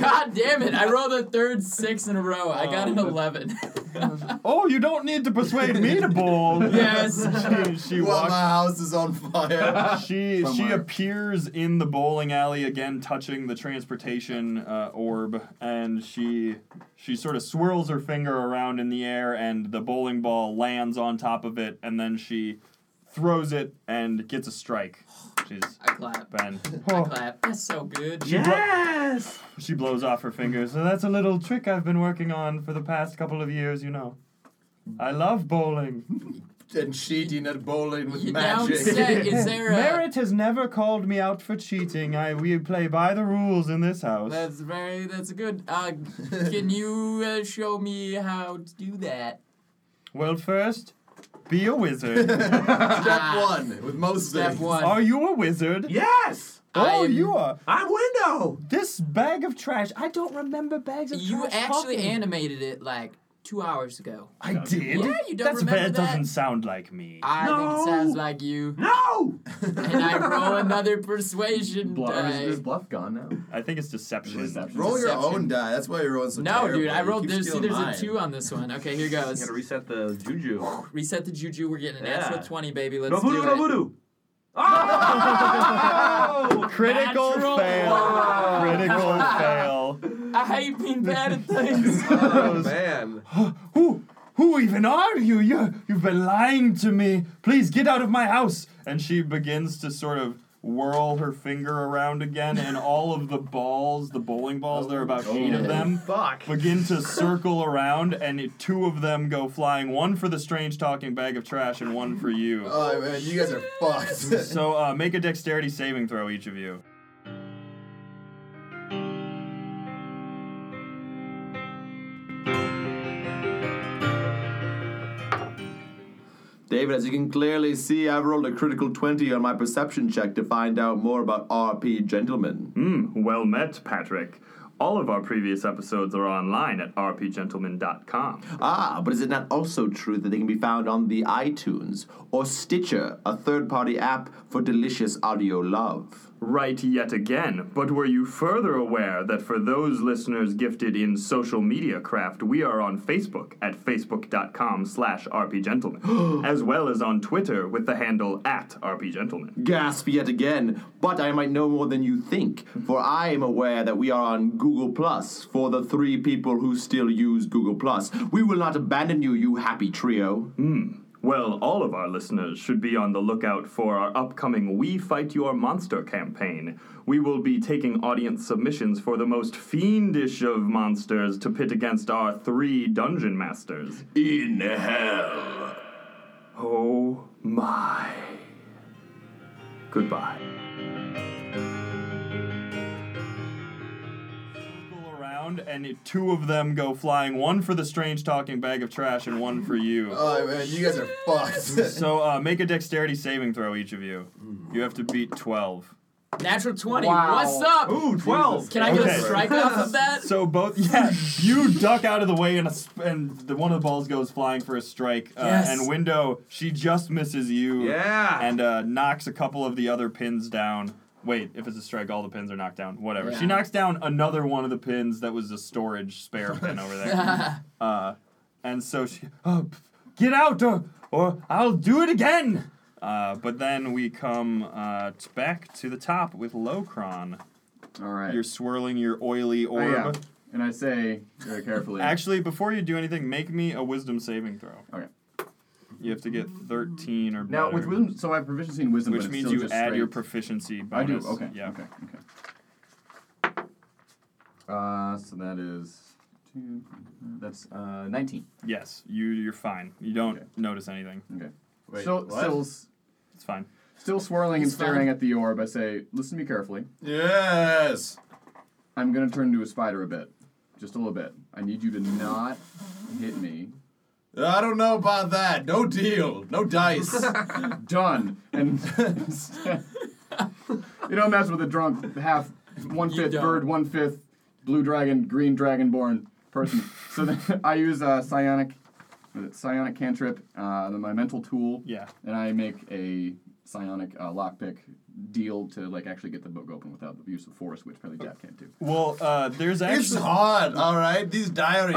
God damn it! I rolled a third six in a row. I got an Oh. eleven. Oh, you don't need to persuade me to bowl. Yes. she, she While walks my house is on fire. she From she where? appears in the bowling alley again, touching the transportation uh, orb, and she she sort of swirls her finger around in the air, and the bowling ball lands on top of it, and then she throws it and gets a strike. She's I clap. been Oh. I clap. That's so good. She blo- Yes. she blows off her fingers. So that's a little trick I've been working on for the past couple of years, you know. I love bowling. and cheating at bowling with You don't magic. say. Is there a? Merritt has never called me out for cheating. I we play by the rules in this house. That's very. That's good. Uh, can you uh, show me how to do that? Well, first, be a wizard. Step Ah. one with most Step things. one. Are you a wizard? Yes, Oh, I'm- you are. I'm Window. This bag of trash. I don't remember bags of You trash. actually talking. animated it like two hours ago. I did. Yeah, you don't That's remember bad. that? doesn't sound like me. I think it No. sounds like you. No. And I roll another persuasion Bluff, or is, is die. bluff gone now? I think it's deception. Deception. Roll your Deception. own die. That's why you're rolling so No, dude, I terribly. rolled. You keep There's, see, stealing there's a mine. two on this one. Okay, here You goes. gotta reset the juju. Reset the juju. We're getting a Yeah. natural twenty, baby. Let's no voodoo, do no it. voodoo. Oh! Critical Natural fail. one. Critical fail. I hate being bad at things. oh man. Who? Who even are you? You you've been lying to me. Please get out of my house. And she begins to sort of whirl her finger around again, and all of the balls, the bowling balls, there are about eight of them, Fuck. begin to circle around, and it, two of them go flying. One for the strange talking bag of trash, and one for you. Oh man, you guys are fucked. So uh, make a dexterity saving throw, each of you. David, as you can clearly see, I've rolled a critical 20 on my perception check to find out more about RP Gentlemen. Hmm, well met, Patrick. All of our previous episodes are online at rpgentleman.com. Ah, but is it not also true that they can be found on the iTunes or Stitcher, a third party app for delicious audio love? Right yet again, but were you further aware that for those listeners gifted in social media craft, we are on Facebook at facebook.com slash rpgentleman, as well as on Twitter with the handle at rpgentleman. Gasp yet again, but I might know more than you think, for I am aware that we are on Google Plus for the three people who still use Google Plus. We will not abandon you, you happy trio. Well, all of our listeners should be on the lookout for our upcoming We Fight Your Monster campaign. We will be taking audience submissions for the most fiendish of monsters to pit against our three dungeon masters. In hell. Oh my. Goodbye. Circle around, and it- two of them go flying. One for the strange talking bag of trash, and one for you. Oh man, you guys are fucked. So uh, make a dexterity saving throw, each of you. You have to beat twelve. Natural 20. What's up? Ooh, 12! Can I get Okay. a strike off of that? So both, yeah, you duck out of the way, and a sp- and the, one of the balls goes flying for a strike. Uh, Yes. And window, she just misses you. Yeah. And uh, knocks a couple of the other pins down. Wait, if it's a strike, all the pins are knocked down. Whatever. She Yeah. knocks down another one of the pins that was a storage spare pin over there. uh, and so she, oh, p- get out or, or I'll do it again. Uh, but then we come uh, t- back to the top with Locron. All right. You're swirling your oily Oh, orb. yeah. And I say very carefully. Actually, before you do anything, make me a wisdom saving throw. Okay. You have to get 13 or now better. with wisdom, so I have proficiency in wisdom, which but it's means still you add just straight. your proficiency I do. bonus. Okay. Yeah. Okay. Okay. Uh, so that is two. That's uh, nineteen. Yes, you you're fine. You don't Okay. notice anything. Okay. Wait, still, what? still, s- It's fine. still swirling and It's fine. staring at the orb. I say, listen to me carefully. yes. I'm gonna turn into a spider a bit, just a little bit. I need you to not hit me. I don't know about that. No deal. No dice. Done. And you don't mess with a drunk half, one fifth don't. bird, one fifth blue dragon, green dragonborn person. so then I use uh, psionic, what is it, psionic cantrip, uh, my mental tool. Yeah. and I make a psionic uh, lockpick deal to like actually get the book open without the use of force, which probably Jack can't do. Well, uh, there's it's actually hard. All right. These diaries,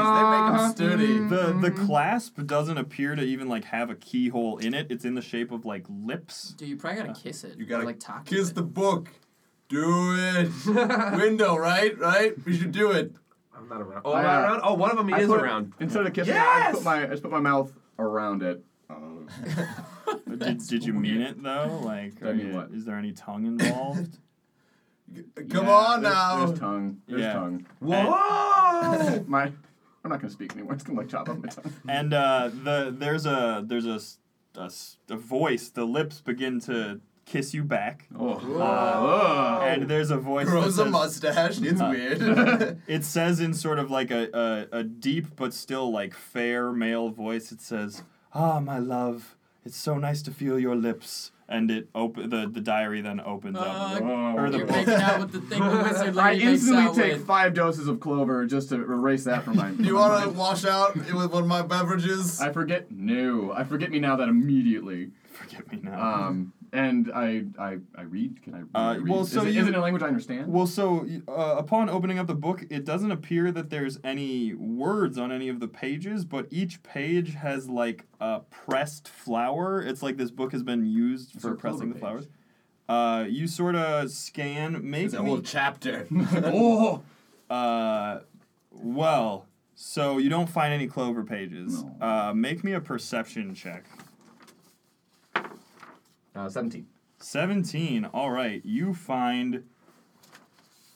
they Uh-huh. make them sturdy. Mm. the the clasp doesn't appear to even like have a keyhole in it. It's in the shape of like lips. Dude, you probably gotta kiss it. You gotta like talk kiss to the book. Do it. Window, right? Right? We should do it. I'm not around. Oh, I, am I uh, around? Oh, one of them I is put- around. Instead of kissing, I just put my I just put my mouth around it. Oh, Um, Did, did you mean it though? Like, I are mean you- what? is there any tongue involved? Come yeah, on there's- now. There's tongue. There's Yeah. tongue. Whoa! My, I'm not gonna speak anymore. It's gonna like chop up my tongue. and uh, the there's a there's a, s- a s- a voice. The lips begin to kiss you back, Oh, and there's a voice. that Grows a says- mustache. It's weird. it says in sort of like a, a a deep but still like fair male voice. It says, "Ah, my love, it's so nice to feel your lips." And it open the the diary then opens up. Uh, Or it. the You're book. making out with the thing the wizard I lady makes instantly out take with. five doses of clover just to erase that from my. Do you want to wash out with one of my beverages? I forget. No, I forget me now that immediately. Forgive me now. Um, and I, I, I read. Can I? Uh, read? well, Is so it- you- is it in a language I understand? Well, so uh, upon opening up the book, it doesn't appear that there's any words on any of the pages, but each page has like a pressed flower. It's like this book has been used there for a clover pressing the page? flowers. Uh, you sort of scan, It's maybe. a whole chapter. oh, Uh, well, so you don't find any clover pages. No. Uh, make me a perception check. uh, seventeen. 17. All right. You find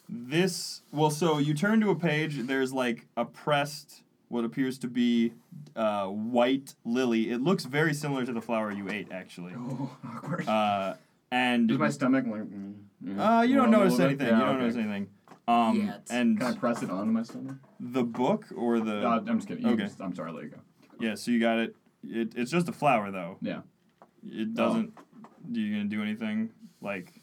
this. Well, so you turn to a page. There's like a pressed, what appears to be uh, white lily. It looks very similar to the flower you ate, actually. Oh, awkward. Uh, and Is my stomach like? mm, yeah, uh, you don't roll a notice little bit? anything. Yeah, you don't okay. notice anything. Um, Yeah, it's- and Can I press it onto my stomach? the book or the Uh, I'm just kidding. You okay. just- I'm sorry. Let it go. yeah. So you got it. It, it's just a flower, though. Yeah. It doesn't. Do you gonna do anything? Like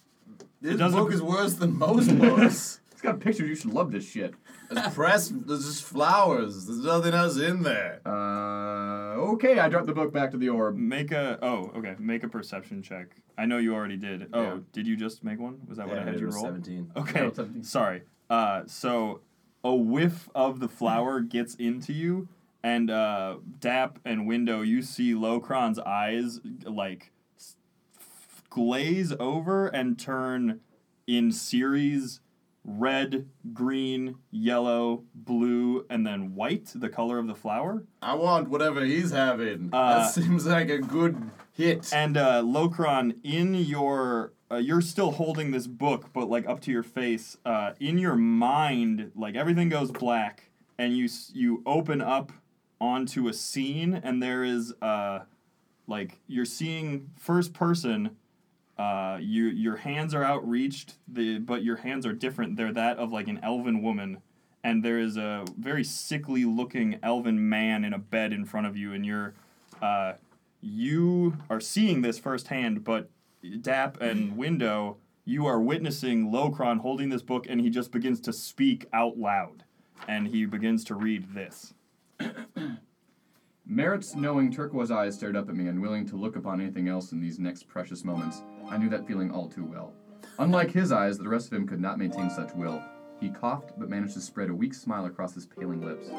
This doesn't- book is worse than most books. It's got pictures. You should love this shit. It's pressed. There's just flowers. There's nothing else in there. Uh, okay, I dropped the book back to the orb. make a. Oh, okay. Make a perception check. I know you already did. Oh, Yeah. did you just make one? Was that what I had it you was roll? 17. Okay. it's something. Sorry. Uh, so a whiff of the flower gets into you, and uh, Dap and Window, you see Locron's eyes like s- glaze over and turn in series red, green, yellow, blue, and then white, the color of the flower. I want whatever he's having. Uh, that seems like a good hit. And uh, Locron, in your uh, you're still holding this book, but like up to your face. Uh, in your mind, like everything goes black, and you s- you open up onto a scene, and there is uh, like you're seeing first person. Uh, you your hands are outreached, the but your hands are different. They're that of like an elven woman, and there is a very sickly looking elven man in a bed in front of you, and you're. Uh, you are seeing this firsthand, but Dap and Window, you are witnessing Locron holding this book, and he just begins to speak out loud, and he begins to read this. Merritt's knowing turquoise eyes stared up at me, unwilling to look upon anything else in these next precious moments. I knew that feeling all too well. Unlike his eyes, the rest of him could not maintain such will. He coughed, but managed to spread a weak smile across his paling lips.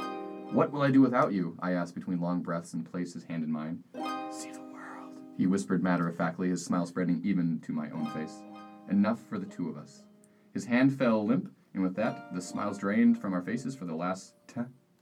What will I do without you? I asked between long breaths and placed his hand in mine. See the world, he whispered matter of factly, his smile spreading even to my own face. Enough for the two of us. His hand fell limp, and with that, the smiles drained from our faces for the last t-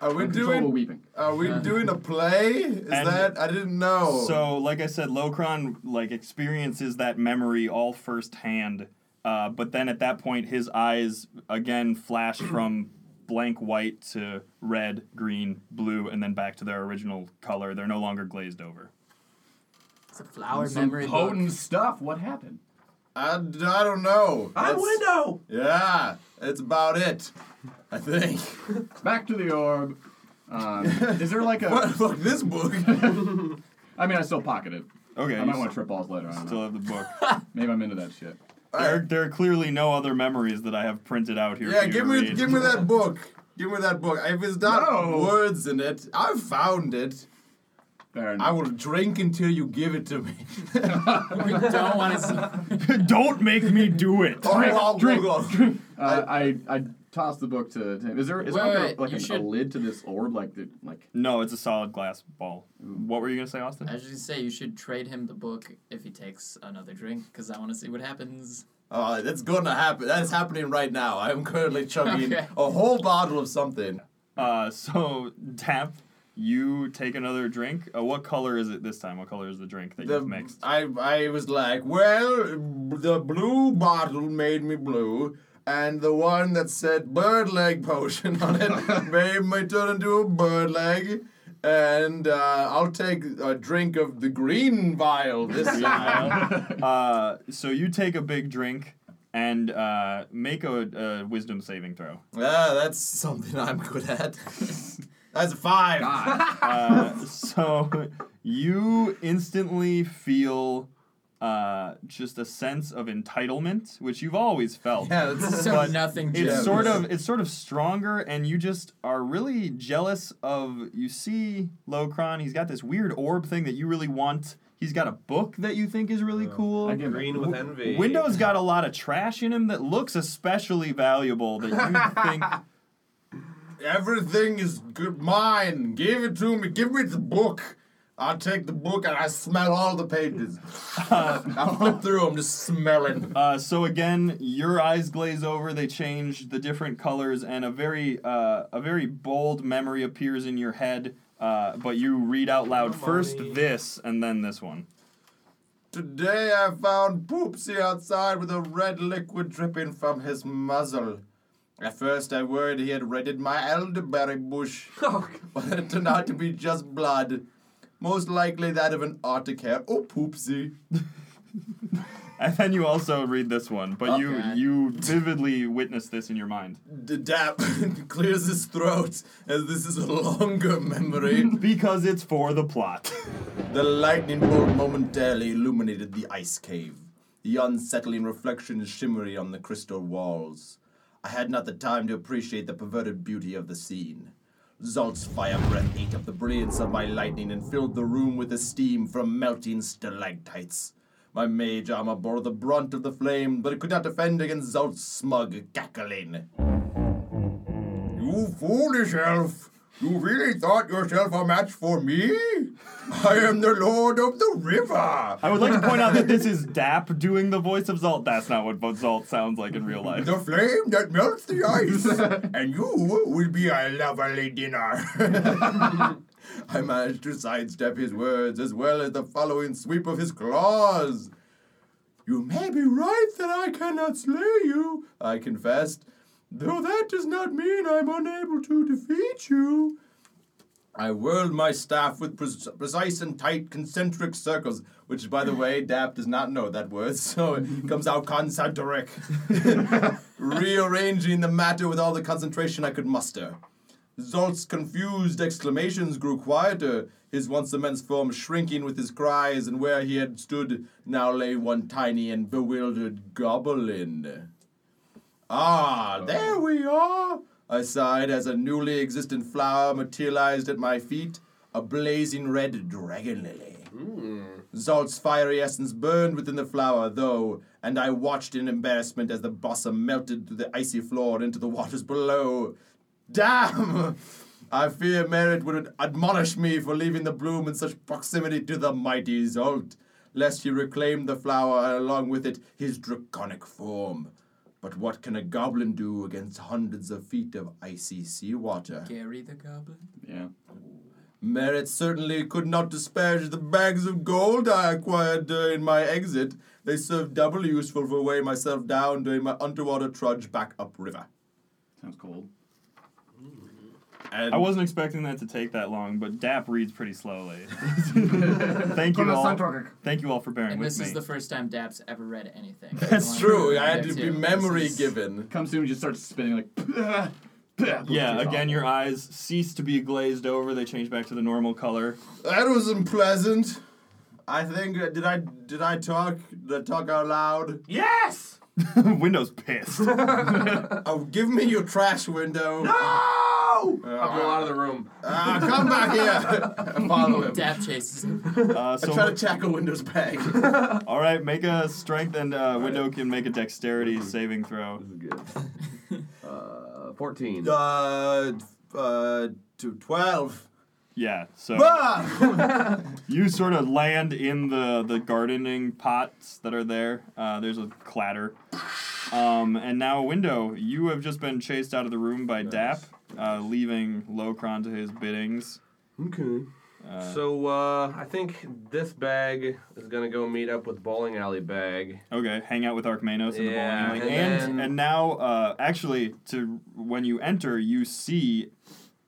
Are we uncontrollable doing? weeping. Are we doing a play? Is And- that I didn't know. So, like I said, Locron like experiences that memory all firsthand, uh, but then at that point, his eyes again flash from blank white to red, green, blue, and then back to their original color. They're no longer glazed over. It's a flower Some memory book. potent stuff. What happened? I, d- I don't know. I'm That's- Window. Yeah, it's about it. I think. Back to the orb. Um, is there like What a? fuck this book? I mean, I still pocket it. Okay, I you might want s- to trip balls later. I don't still know. have the book. Maybe I'm into that shit. There, there are clearly no other memories that I have printed out here. yeah, for you give to me read. give me that book. Give me that book. If it's not No. words in it, I found it. Fair I enough. will drink until you give it to me. We don't want to see. Don't make me do it. drink, drink, uh, I I toss the book to, to him. Is there is Wait, there wait, like you an, should- a lid to this orb? Like the like. No, it's a solid glass ball. What were you gonna say, I Austin? was just gonna say you should trade him the book if he takes another drink, because I want to see what happens. Oh, that's gonna happen. That is happening right now. I am currently chugging Okay. a whole bottle of something. Uh, so tap. You take another drink. Uh, what color is it this time? What color is the drink that The, you've mixed? I I was like, well, the blue bottle made me blue, and the one that said bird leg potion on it made me turn into a bird leg. And uh, I'll take a drink of the green vial this time. Uh, so you take a big drink and uh, make a, a wisdom saving throw. yeah, Ah, that's something I'm good at. That's a five. Uh, so you instantly feel uh, just a sense of entitlement, which you've always felt. Yeah, that's So But nothing. It's Yeah. changes. sort of it's sort of stronger, and you just are really jealous of. You see Locron, he's got this weird orb thing that you really want. He's got a book that you think is really cool. I get Green with envy. Windows got a lot of trash in him that looks especially valuable that you think. Everything is good. Mine. Give it to me. Give me the book. I'll take the book and I smell all the pages. I flip through them, just smelling. Uh, so again, your eyes glaze over. They change the different colors, and a very uh, a very bold memory appears in your head. Uh, but you read out loud first this, and then this one. Today I found Poopsie outside with a red liquid dripping from his muzzle. At first I worried he had rented my elderberry bush, but it turned out to be just Oh, blood. Most likely that of an otter cat or Poopsie. And then you also read this one, Oh, but you Okay. you vividly witness this in your mind. The dap clears his throat as this is a longer memory. Because it's for the plot. The lightning bolt momentarily illuminated the ice cave. The unsettling reflections shimmery on the crystal walls. I had not the time to appreciate the perverted beauty of the scene. Zalt's fire breath ate up the brilliance of my lightning and filled the room with the steam from melting stalactites. My mage armor bore the brunt of the flame, but it could not defend against Zalt's smug cackling. You foolish elf! You really thought yourself a match for me? I am the lord of the river! I would like to point out that this is Dap doing the voice of Zalt. That's not what Zalt sounds like in real life. The flame that melts the ice, and you will be a lovely dinner. I managed to sidestep his words as well as the following sweep of his claws. You may be right that I cannot slay you, I confessed, though that does not mean I'm unable to defeat you. I whirled my staff with pre- precise and tight concentric circles, which, by the way, Dap does not know that word, so it comes out concentric. Rearranging the matter with all the concentration I could muster. Zolt's confused exclamations grew quieter, his once immense form shrinking with his cries, and where he had stood now lay one tiny and bewildered goblin. Ah, there we are! I sighed as a newly existent flower materialized at my feet, a blazing red dragon lily. Zalt's fiery essence burned within the flower, though, and I watched in embarrassment as the blossom melted through the icy floor into the waters below. Damn! I fear Merritt would admonish me for leaving the bloom in such proximity to the mighty Zolt, lest he reclaim the flower and along with it his draconic form. But what can a goblin do against hundreds of feet of icy seawater? Gary the Goblin. Yeah. Merritt certainly could not disparage the bags of gold I acquired during my exit. They served double useful for weighing myself down during my underwater trudge back upriver. Sounds cold. And I wasn't expecting that to take that long, but Dap reads pretty slowly. thank you all. Thank you all for bearing And with this me. is the first time Daps ever read anything. that's true. I had That to be too. memory This is- given. Comes soon and just starts spinning like. "Pah, pah," yeah, which is again, awful. your eyes cease to be glazed over. They change back to the normal color. That was unpleasant. I think uh, did I did I talk did I talk out loud? Yes! Window's pissed. Oh, give me your trash window. No! I blow out of the room. Ah, come back here. Follow him. Dap chases him. Uh, so, Try to tackle Windows Bag. all right, make a strength and uh, Window can make a dexterity saving throw. This is good. Uh, 14. uh, uh, to twelve. Yeah, so Bah! you sort of land in the the gardening pots that are there. Uh, there's a clatter, um, and now window. You have just been chased out of the room by Dap, uh, leaving Locron to his biddings. Okay. Uh, So uh, I think this bag is gonna go meet up with bowling alley bag. Okay, hang out with Archmanos in Yeah, the bowling alley. and And and, then- now uh, actually to when you enter you see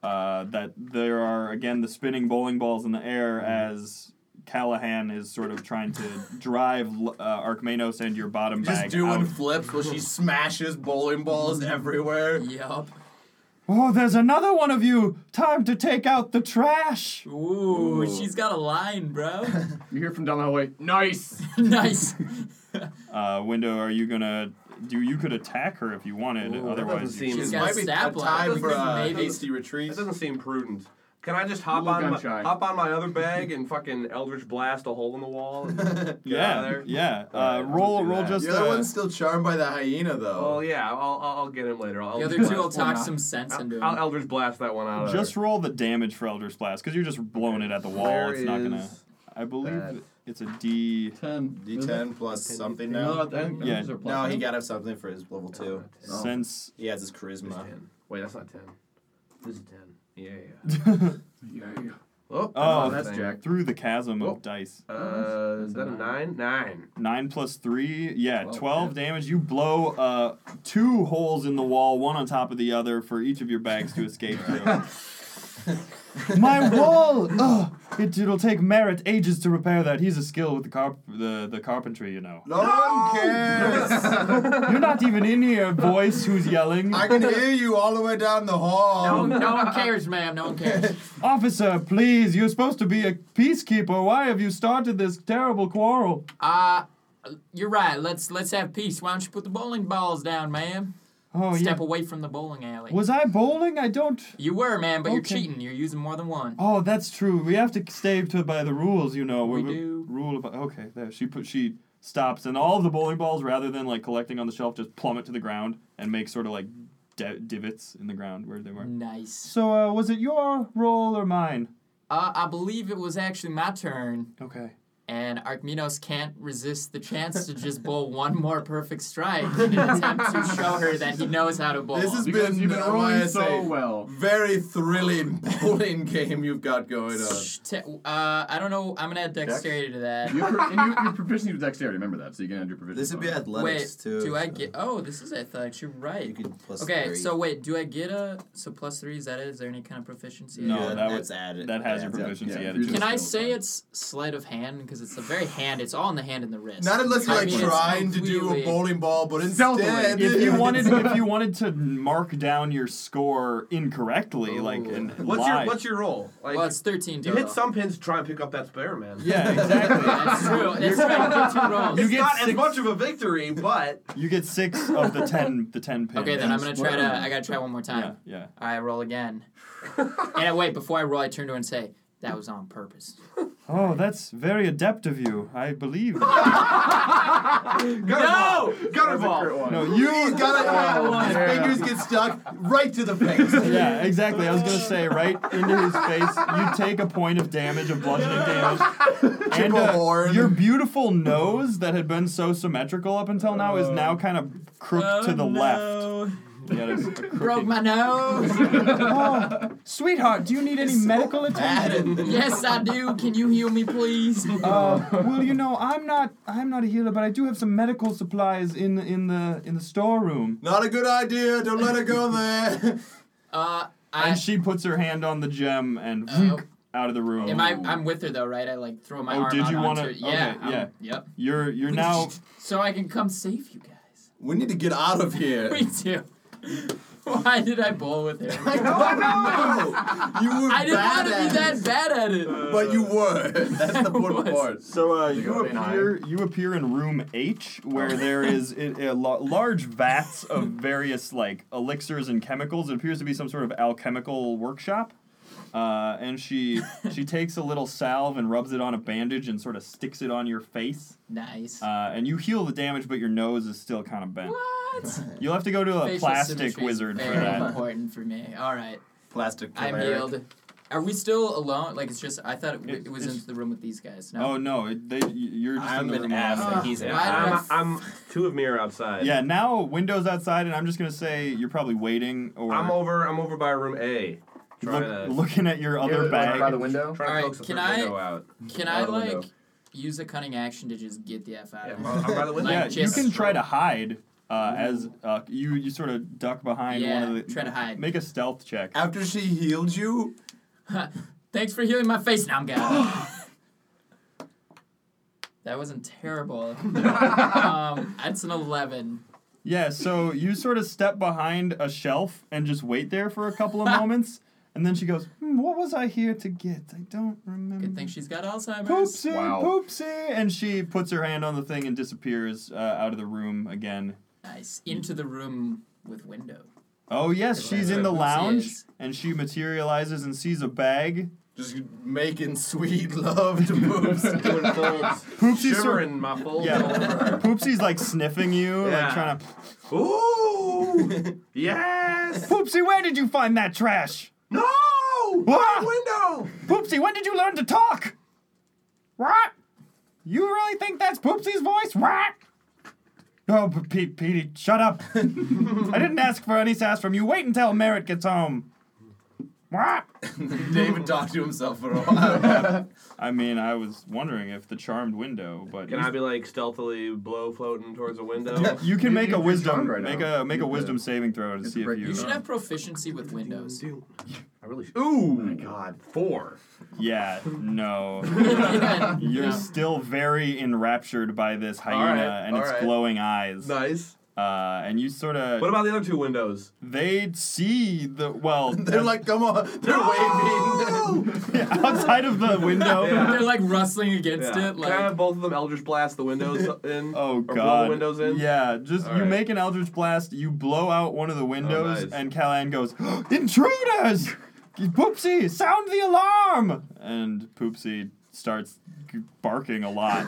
uh, that there are again the spinning bowling balls in the air Mm-hmm. as Callahan is sort of trying to drive uh, Archmanos and your bottom Just bag doing out. flips while she smashes bowling balls everywhere. Yup. Oh, there's another one of you! Time to take out the trash! Ooh, she's got a line, bro. You hear from down the hallway. Nice. nice. Uh, Window, are you gonna do? You could attack her if you wanted. Ooh, that Otherwise, doesn't you seem- She's This It's got might a be a stab time line. for uh, a Maybe. hasty retreat. That doesn't seem prudent. Can I just hop Little on gun my, shy. hop on my other bag and fucking Eldritch blast a hole in the wall? And get out of yeah, there? yeah. Alright, Uh, I'm gonna roll, do roll that. just. The other uh, one's still charmed by the hyena, Oh though. yeah, I'll, I'll I'll get him later. I'll The other Eldritch two will blast- talk some sense into I'll, him. I'll Eldritch blast that one out. of Just there. roll the damage for Elder's Blast, because you're just blowing it at the wall. Where it's not gonna. is I believe that? it's a D. Ten. D10 plus something now. Yeah. Yeah. No, he got up something for his level two. Oh. Sense. He has his It's charisma. ten. Wait, that's not ten. This is ten. Yeah. yeah. Yeah. Oh, Oh, another that's thing. Jack. Through the chasm Oh. of dice. Uh, is that a nine? Nine. Nine plus three, yeah, Twelve, twelve, damage. You blow uh, two holes in the wall, one on top of the other, for each of your bags to escape through. My wall! Ugh, it, it'll take Merritt ages to repair that. He's a skill with the carp- the, the carpentry, you know. No, one cares. You're not even in here, voice who's yelling. I can hear you all the way down the No, hall. no one cares, ma'am. No one cares. Officer, please, you're supposed to be a peacekeeper. Why have you started this terrible quarrel? Uh, you're right. Let's let's have peace. Why don't you put the bowling balls down, ma'am? Oh, Step yeah. away from the bowling alley. Was I bowling? I don't. You were, man, but you're Okay. cheating. You're using more than one. Oh, that's true. We have to stay to by the rules, you know. We We're- do. Rule about. Okay, there. She put. She stops, and all the bowling balls, rather than like collecting on the shelf, just plummet to the ground and make sort of like di- divots in the ground where they were. Nice. So, uh, was it your roll or mine? Uh, I believe it was actually my turn, Okay. and Arkminos can't resist the chance to just bowl one more perfect strike in an attempt to show her that he knows how to bowl. This has Because been, you've been uh, rolling why I so say, well. Very thrilling bowling game you've got going on. Shh, te- uh, I don't know. I'm gonna add dexterity to that. You're, pro- and you, you're proficient with dexterity. Remember that, so you can add your proficiency. This would be bonus. athletics wait, too. do I so get? Oh, this is athletics. You're right. You could plus okay, three. so wait, do I get a so plus three? Is that it? Is there any kind of proficiency? No, yeah, that that's would- added. That has your adds up. proficiency yeah, if added. to you're Can it. I Skills, say fine. it's sleight of hand because it's the very hand? It's all in the hand and the wrist. Not unless you're I like mean, it's trying to do a completely- bowling ball, but Stealthily. instead, If you wanted, if you wanted to mark down your score incorrectly, like and What's lie. your What's your role? Like Well, it's thirteen you total. hit some pins to try and pick up that spare man. yeah, exactly. That's true. That's right. Get two rolls. It's You get not as six- much of a victory, but you get six of the ten, the ten pins. Okay, then I'm gonna try to. I gotta try one more time. Yeah, yeah. All right, roll again. and I, wait, before I roll, I turn to her and say, "That was on purpose." Oh, that's very adept of you. I believe. no, Great gutterball. one. no, you He's got it. Yeah. His fingers get stuck right to the face. Yeah, exactly. I was gonna say right into his face. You take a point of damage, of bludgeoning damage, and Triple uh, horn. your beautiful nose that had been so symmetrical up until now is now kind of crooked to the left. Yeah, it is a Oh, Broke crooking- my nose. Oh, sweetheart, do you need any medical attention? yes, I do. Can you heal me, please? Uh, well, you know, I'm not, I'm not a healer, but I do have some medical supplies in in the in the storeroom. Not a good idea. Don't let it go there. Uh, I And she puts her hand on the gem and Oh. out of the room. am I? I'm with her though, right? I like throw my Oh, arm did out you wanna- onto. yeah. okay, I'm- yeah. Yep. You're you're now So I can come save you guys. We need to get out of here. Me too. Why did I bowl with her? no! You were I didn't bad want to be at that it, bad at it. but you were. That's the important was. part. So uh, you go in high? appear you appear in room H Oh. where there is a, a lo- large vats of various like elixirs and chemicals. It appears to be some sort of alchemical workshop. Uh, and she she takes a little salve and rubs it on a bandage and sort of sticks it on your face. nice. Uh, and you heal the damage, but your nose is still kind of bent. what? You'll have to go to a Facial plastic symmetry is wizard for very that. important for me. All right, Plastic I'm healed. Are we still alone? Like it's just I thought it, It- it was it's- into the room with these guys. No. Oh no, it, they, y- you're just in I'm the an room ass alone. and he's an Why ass. did I I'm, f- I'm two of me are outside. Yeah, now windows outside, and I'm just gonna say you're probably waiting or I'm over. I'm over by room A, look- trying to looking at your Yeah, other right bag. by the window. trying to Alright, coax the can third I- window out. Oh, Can I Out the like window. use a cunning action to just get the f out Yeah, I'm, of it? I'm by the window. yeah, Like, you just- can try to hide uh, as uh, you you sort of duck behind Yeah, one of the. try to hide. Make a stealth check. After she healed you, Thanks for healing my face. Now I'm gone. that wasn't terrible. um, that's an eleven. Yeah, so you sort of step behind a shelf and just wait there for a couple of moments, and then she goes, hmm, "What was I here to get? I don't remember." Good thing she's got Alzheimer's. Poopsie, Wow. poopsie, and she puts her hand on the thing and disappears uh, out of the room again. Nice. Into the room with window. Oh yes, she's in the Poopsie lounge, is. and she materializes and sees a bag. just making sweet love to boobs. Doing folds, Poopsie sort shivering my folds. Yeah. all over. Poopsie's like sniffing you, like Yeah. trying to. Ooh, yes. Poopsie, where did you find that trash? No. What? Window. Poopsie, when did you learn to talk? What? You really think that's Poopsie's voice? What? Oh, P- Pete, Petey, shut up. I didn't ask for any sass from you. Wait until Merritt gets home. What? David talked to himself for a while. I mean, I was wondering if the charmed window, but Can I be like stealthily blow floating towards a window? you can You- make you- a you're wisdom, charmed right make now. a make a You wisdom saving throw to it's see if break- you. You should have proficiency with windows. I really should. Ooh! Oh my god. Four. Yeah, no. Yeah. You're Yeah. still very enraptured by this hyena right, and all its right. glowing eyes. Nice. Uh, and you sort of What about the other two windows? they see the well They're like, come on. They're waving. yeah, outside of the window. Yeah. They're like rustling against it. Can I Like, have both of them Eldritch blast the windows in? Oh or god. Blow the windows in? Yeah, just All you right. make an eldritch blast, you blow out one of the windows, nice. and Callan goes, "Intruders! Poopsie, sound the alarm!" And Poopsie starts g- barking a lot.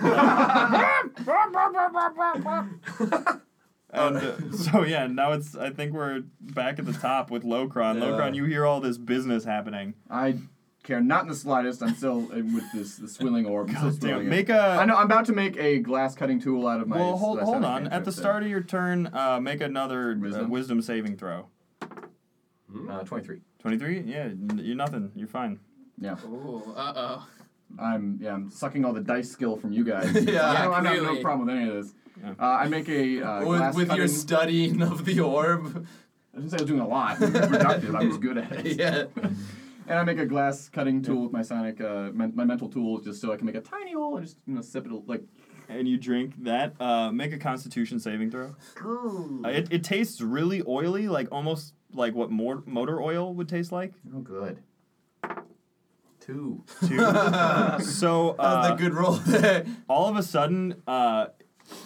And uh, so yeah, now it's. I think we're back at the top with Locron. Yeah. Locron, you hear all this business happening. I care not in the slightest. I'm still uh, with this the swilling orb. I'm God still damn, swilling it. make I a. know I'm about to make a glass cutting tool out of my. Well, hold that's hold not a on. At cantrip, the so- start of your turn, uh, make another uh, Wisdom? wisdom saving throw. uh, 23. 23? Yeah, n- you're nothing. You're fine. Yeah, oh, uh oh. I'm yeah I'm sucking all the dice skill from you guys. Yeah, I don't I have no clearly. problem with any of this. Yeah. Uh, I make a uh, with glass with cutting. your studying of the orb. I didn't say I was doing a lot. It was productive. I was good at it. yeah. And I make a glass cutting tool with my sonic, uh, men- my mental tool, just so I can make a tiny hole and just you know sip it like. and you drink that, uh, make a constitution saving throw. Uh, it, it tastes really oily, like almost like what mor- motor oil would taste like. Oh, good. Two. Too. so How's uh, that good roll there? all of a sudden, uh,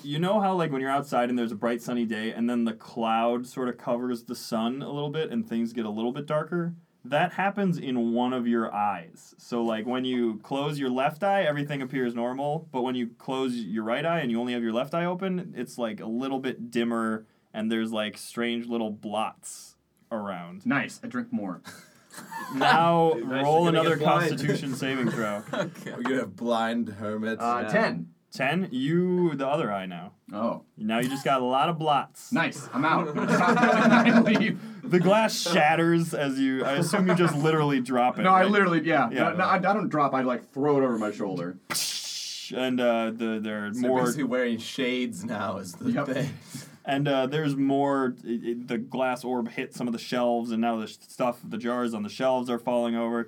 you know how like when you're outside and there's a bright sunny day and then the cloud sort of covers the sun a little bit and things get a little bit darker? That happens in one of your eyes. So like when you close your left eye, everything appears normal, but when you close your right eye and you only have your left eye open, it's like a little bit dimmer and there's like strange little blots around. Nice. I drink more. Now Dude, nice, roll you're gonna another get blind. constitution saving throw. We're gonna have blind hermits. Uh, now. Ten. 10, you the other eye now. Oh, Now you just got a lot of blots. nice. I'm out. I leave. The glass shatters as you. I assume you just literally drop it. No, I right? literally, yeah. Yeah. No, no, I, I don't drop. I like throw it over my shoulder. And uh, the, there are So They're more. basically wearing shades now is the Yep. thing. And uh, there's more. It, it- the glass orb hit some of the shelves, and now the stuff, the jars on the shelves are falling over.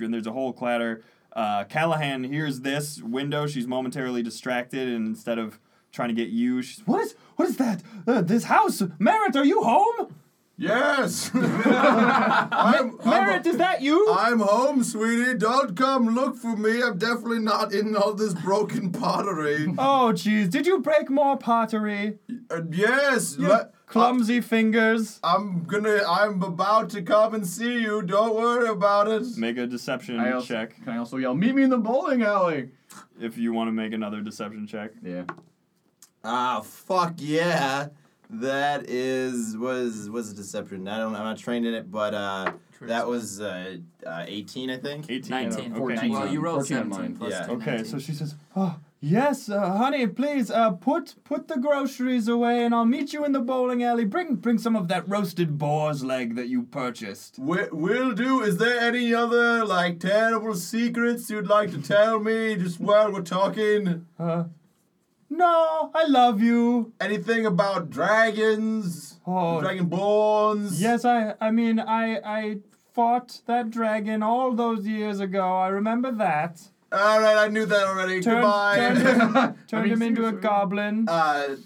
And there's a whole clatter. Uh, Callahan hears this window. She's momentarily distracted, and instead of trying to get you, she's what is what is that? Uh, this house, Merritt, are you home? Yes. I'm, Merritt, is that you? I'm home, sweetie. Don't come look for me. I'm definitely not in all this broken pottery. oh, jeez, did you break more pottery? Uh, yes. You let- clumsy fingers. I'm gonna. I'm about to come and see you. Don't worry about it. Make a deception I also, check Can I also yell, "Meet me in the bowling alley"? if you want to make another deception check. Yeah. Ah, fuck yeah. That is was was a deception. I don't. I'm not trained in it, but uh, that was uh, uh 18, I think. 18. 19. Okay. 14. Well, you rolled 14 on 17 mine. plus Yeah. two, Okay, 19. so she says, "Oh, yes, uh, honey, please uh, put put the groceries away, and I'll meet you in the bowling alley. Bring bring some of that roasted boar's leg that you purchased." Wi- Will do. Is there any other like terrible secrets you'd like to tell me just while we're talking? Uh, no, I love you. Anything about dragons, Oh. dragonborns? Yes, I I mean I I fought that dragon all those years ago. I remember that. All right, I knew that already. Turn- Goodbye. Turned him into a goblin. uh,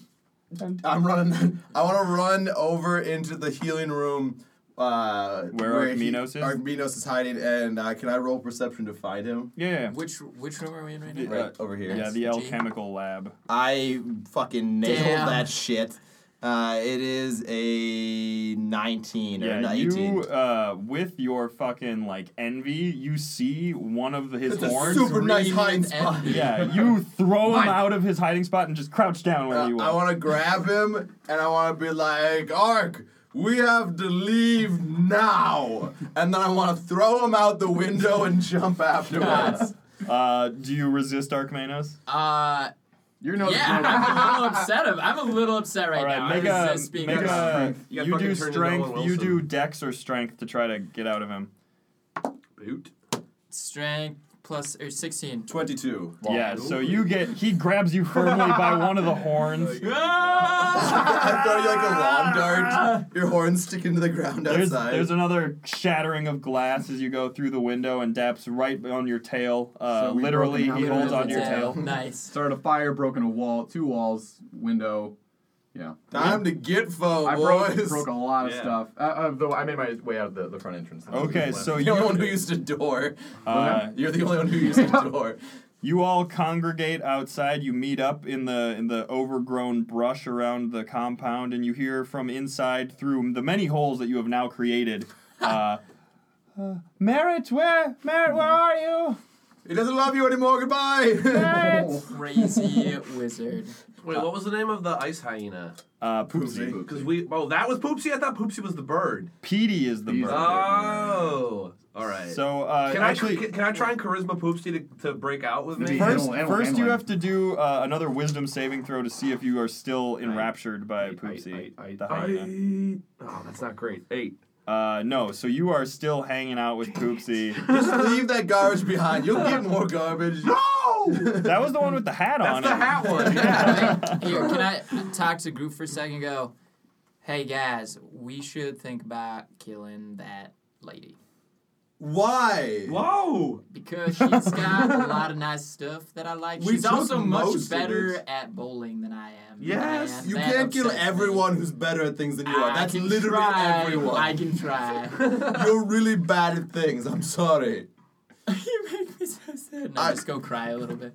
and- I'm running. I want to run over into the healing room. Uh, Where he- Archminos is? Archminos is hiding, and uh, can I roll perception to find him? yeah, yeah. Which which room are we in right now? The- Right Uh, over here. Yeah, the Yes. alchemical lab. I fucking nailed Damn. that shit. Uh, it is a 19 or an Yeah, 18. you uh, with your fucking like envy, you see one of his That's a horns. super nice Really hiding an spot. envy. yeah, you throw him Mine. out of his hiding spot and just crouch down where Uh, you I are. want to grab him and I want to be like, Ark, we have to leave now. And then I want to throw him out the window and jump afterwards. Uh, do you resist Archmanos? Uh, You know. yeah, I'm a little upset. Of, I'm a little upset right, All right, now. make I a was just being make a You got you fucking do turned into Owen strength, you do Wilson. dex or strength to try to get out of him. Boot. strength plus or sixteen. 22. Yeah, so you get he grabs you firmly by one of the horns. I throw you like a lawn dart. Your horns stick into the ground There's, outside. there's another shattering of glass as you go through the window, and Dap's right on your tail. Uh, So we've literally, broken he down holds the on your tail. Nice. Started a fire, broken a wall, two walls, window. Yeah. Time to get foe, I boys. broke, broke a lot of Yeah. stuff. Uh, uh, though I made my way out of the, the front entrance. Oh. Okay, so You're the only you one who used a door. uh, You're the only one who used a door. you all congregate outside. You meet up in the in the overgrown brush around the compound, and you hear from inside through the many holes that you have now created. Uh, uh, Merritt, where Merritt, where are you? He doesn't love you anymore. Goodbye. Merritt! Crazy wizard. Wait, what was the name of the ice hyena? Uh, Poopsie. Because we oh that was Poopsie. I thought Poopsie was the bird. Petey is the He's- bird. Oh, all right. So uh, can I actually, tr- can, can I try and charisma Poopsie to, to break out with me? First- First, Animal- animal first you handling. have to do uh, another wisdom saving throw to see if you are still enraptured by Eight, Poopsie. eight, eight, the eight, hyena. eight. Oh, that's not great. Eight. Uh, no, so you are still hanging out with Poopsie. Just leave that garbage behind. You'll get more garbage. that was the one with the hat Oh! That's on the it. hat one. Yeah. Here, can I talk to group for a second? and Go, hey guys, we should think about killing that lady Why? Whoa. because she's got a lot of nice stuff that I like. We she's took also most much of better it. at bowling than I am. Yes, man. You That can't kill upsets me. everyone who's better at things than you are. I That's can literally try. everyone. I can try. You're really bad at things. I'm sorry. you make me so sad. No, I- just go cry a little bit.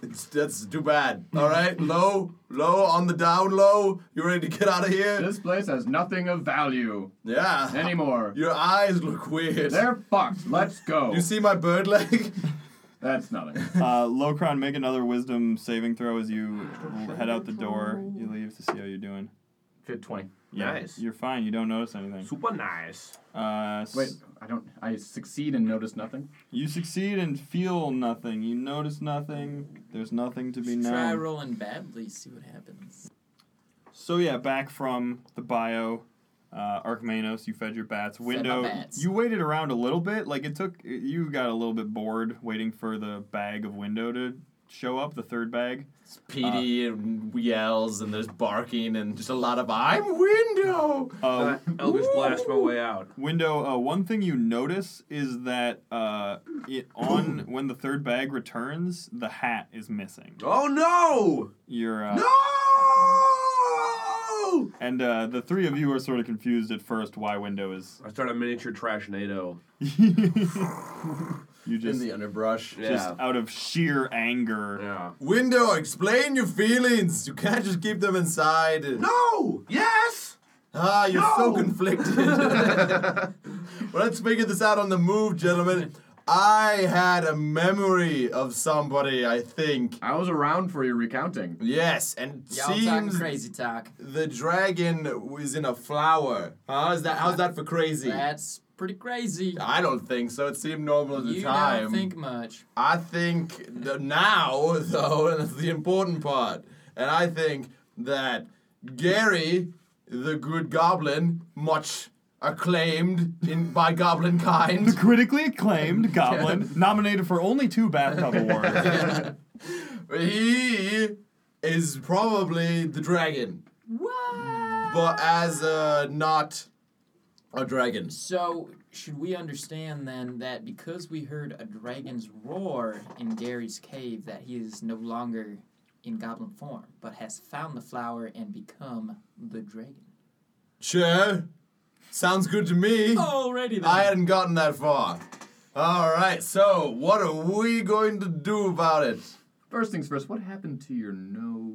It's, that's too bad. All right, low, low on the down low. You ready to get out of here? This place has nothing of value Yeah. anymore. Your eyes look weird. They're fucked. Let's go. You see my bird leg? That's nothing. Uh, Locron, make another wisdom saving throw as you head out the door. You leave to see how you're doing. Good twenty. Yeah, Nice. You're fine. You don't notice anything. Super nice. Uh, s- Wait, I don't. I succeed and notice nothing. You succeed and feel nothing. You notice nothing. There's nothing to be known. Try rolling badly, see what happens. So yeah, back from the bio, uh, Archmanos, you fed your bats. my Window, bats. you waited around a little bit. Like it took, you got a little bit bored waiting for the bag of window to show up, the third bag. Petey and yells and there's barking and just a lot of I'm window. Uh, Uh, Eldritch blast my way out. window, uh, one thing you notice is that uh, it on when the third bag returns, the hat is missing. Oh no! Your uh, No! and uh, the three of you are sort of confused at first why window is. I start a miniature trash nado. you In just the underbrush. just out of sheer anger. Yeah. Window, explain your feelings. You can't just keep them inside. No! Yes! Ah, you're so No! conflicted. well, let's figure this out on the move, gentlemen. I had a memory of somebody, I think. I was around for your recounting. Yes, and Y'all talking seems crazy talk. the dragon was in a flower. How's that? How's that for crazy? That's pretty crazy. I don't think so. It seemed normal at the you time. don't think much. I think the, now, though, and that's the important part. And I think that Gary, the good goblin, much acclaimed in by goblin kind, critically acclaimed Goblin, nominated for only two bathtub awards. he is probably the dragon, What? but as a not a dragon. So, should we understand then that because we heard a dragon's roar in Gary's cave, that he is no longer in goblin form, but has found the flower and become the dragon? Sure, sounds good to me. Oh. Already I hadn't gotten that far. All right, so what are we going to do about it? First things first. What happened to your nose?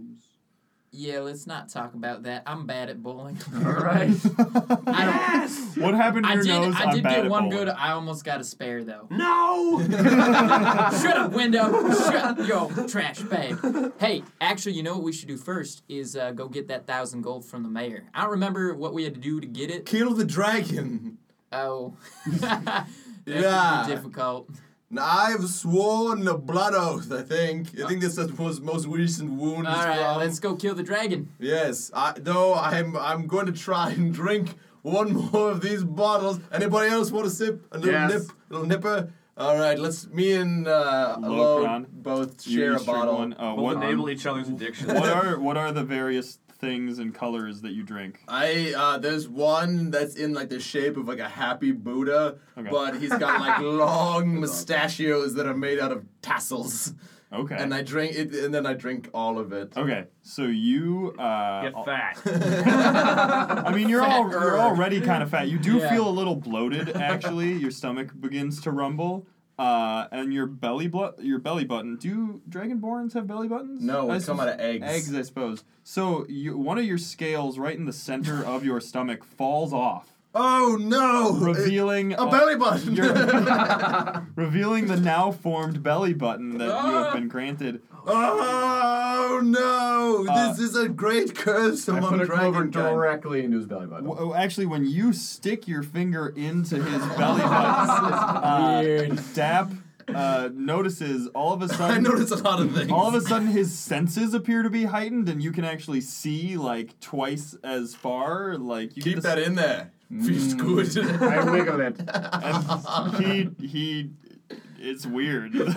yeah, let's not talk about that. I'm bad at bowling. All right. I don't. what happened to I your did. nose? I I'm did bad get at one bowling. good. I almost got a spare though. No! Shut up, window. Shut yo, trash bag. Hey, actually, you know what we should do first is uh, go get that thousand gold from the mayor. I don't remember what we had to do to get it. Kill the dragon. Oh, that Yeah. could be difficult. Now, I've sworn a blood oath, I think. I think this is most, most recent wound. is All right, from- let's go kill the dragon. Yes, I, though I'm I'm going to try and drink one more of these bottles. Anybody else want a sip? A little Yes. nip, little nipper? All right, let's. Me and uh, Lo Locron. both You share a each drink bottle. one. Uh, We'll what, enable each other's addictions. what are what are the various things and colors that you drink? I uh, there's one that's in like the shape of like a happy Buddha, Okay. but he's got like long mustachios that are made out of tassels. Okay. And I drink it, and then I drink all of it. okay. So you uh, Get fat. I mean, you're all you're Fatter. already kind of fat. You do Yeah. feel a little bloated, actually. your stomach begins to rumble, uh, and your belly blu- your belly button. Do dragonborns have belly buttons? No, I we come out of eggs. Eggs, I suppose. So you, one of your scales, right in the center of your stomach, falls off, Oh no! revealing a belly button. your- revealing the now formed belly button that you have been granted. oh no! Uh, this is a great curse I put among a clover dragonkind. directly into his belly button. W- oh, actually, when you stick your finger into his belly button, uh, Dap uh, notices all of a I sudden. notice a lot of things. all of a sudden, his senses appear to be heightened, and you can actually see like twice as far. Like you keep get that in there. Feels good. Mm, I wiggle it. that in. He he, it's weird. It's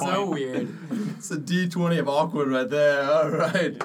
so weird. It's a D twenty of awkward right there. All right.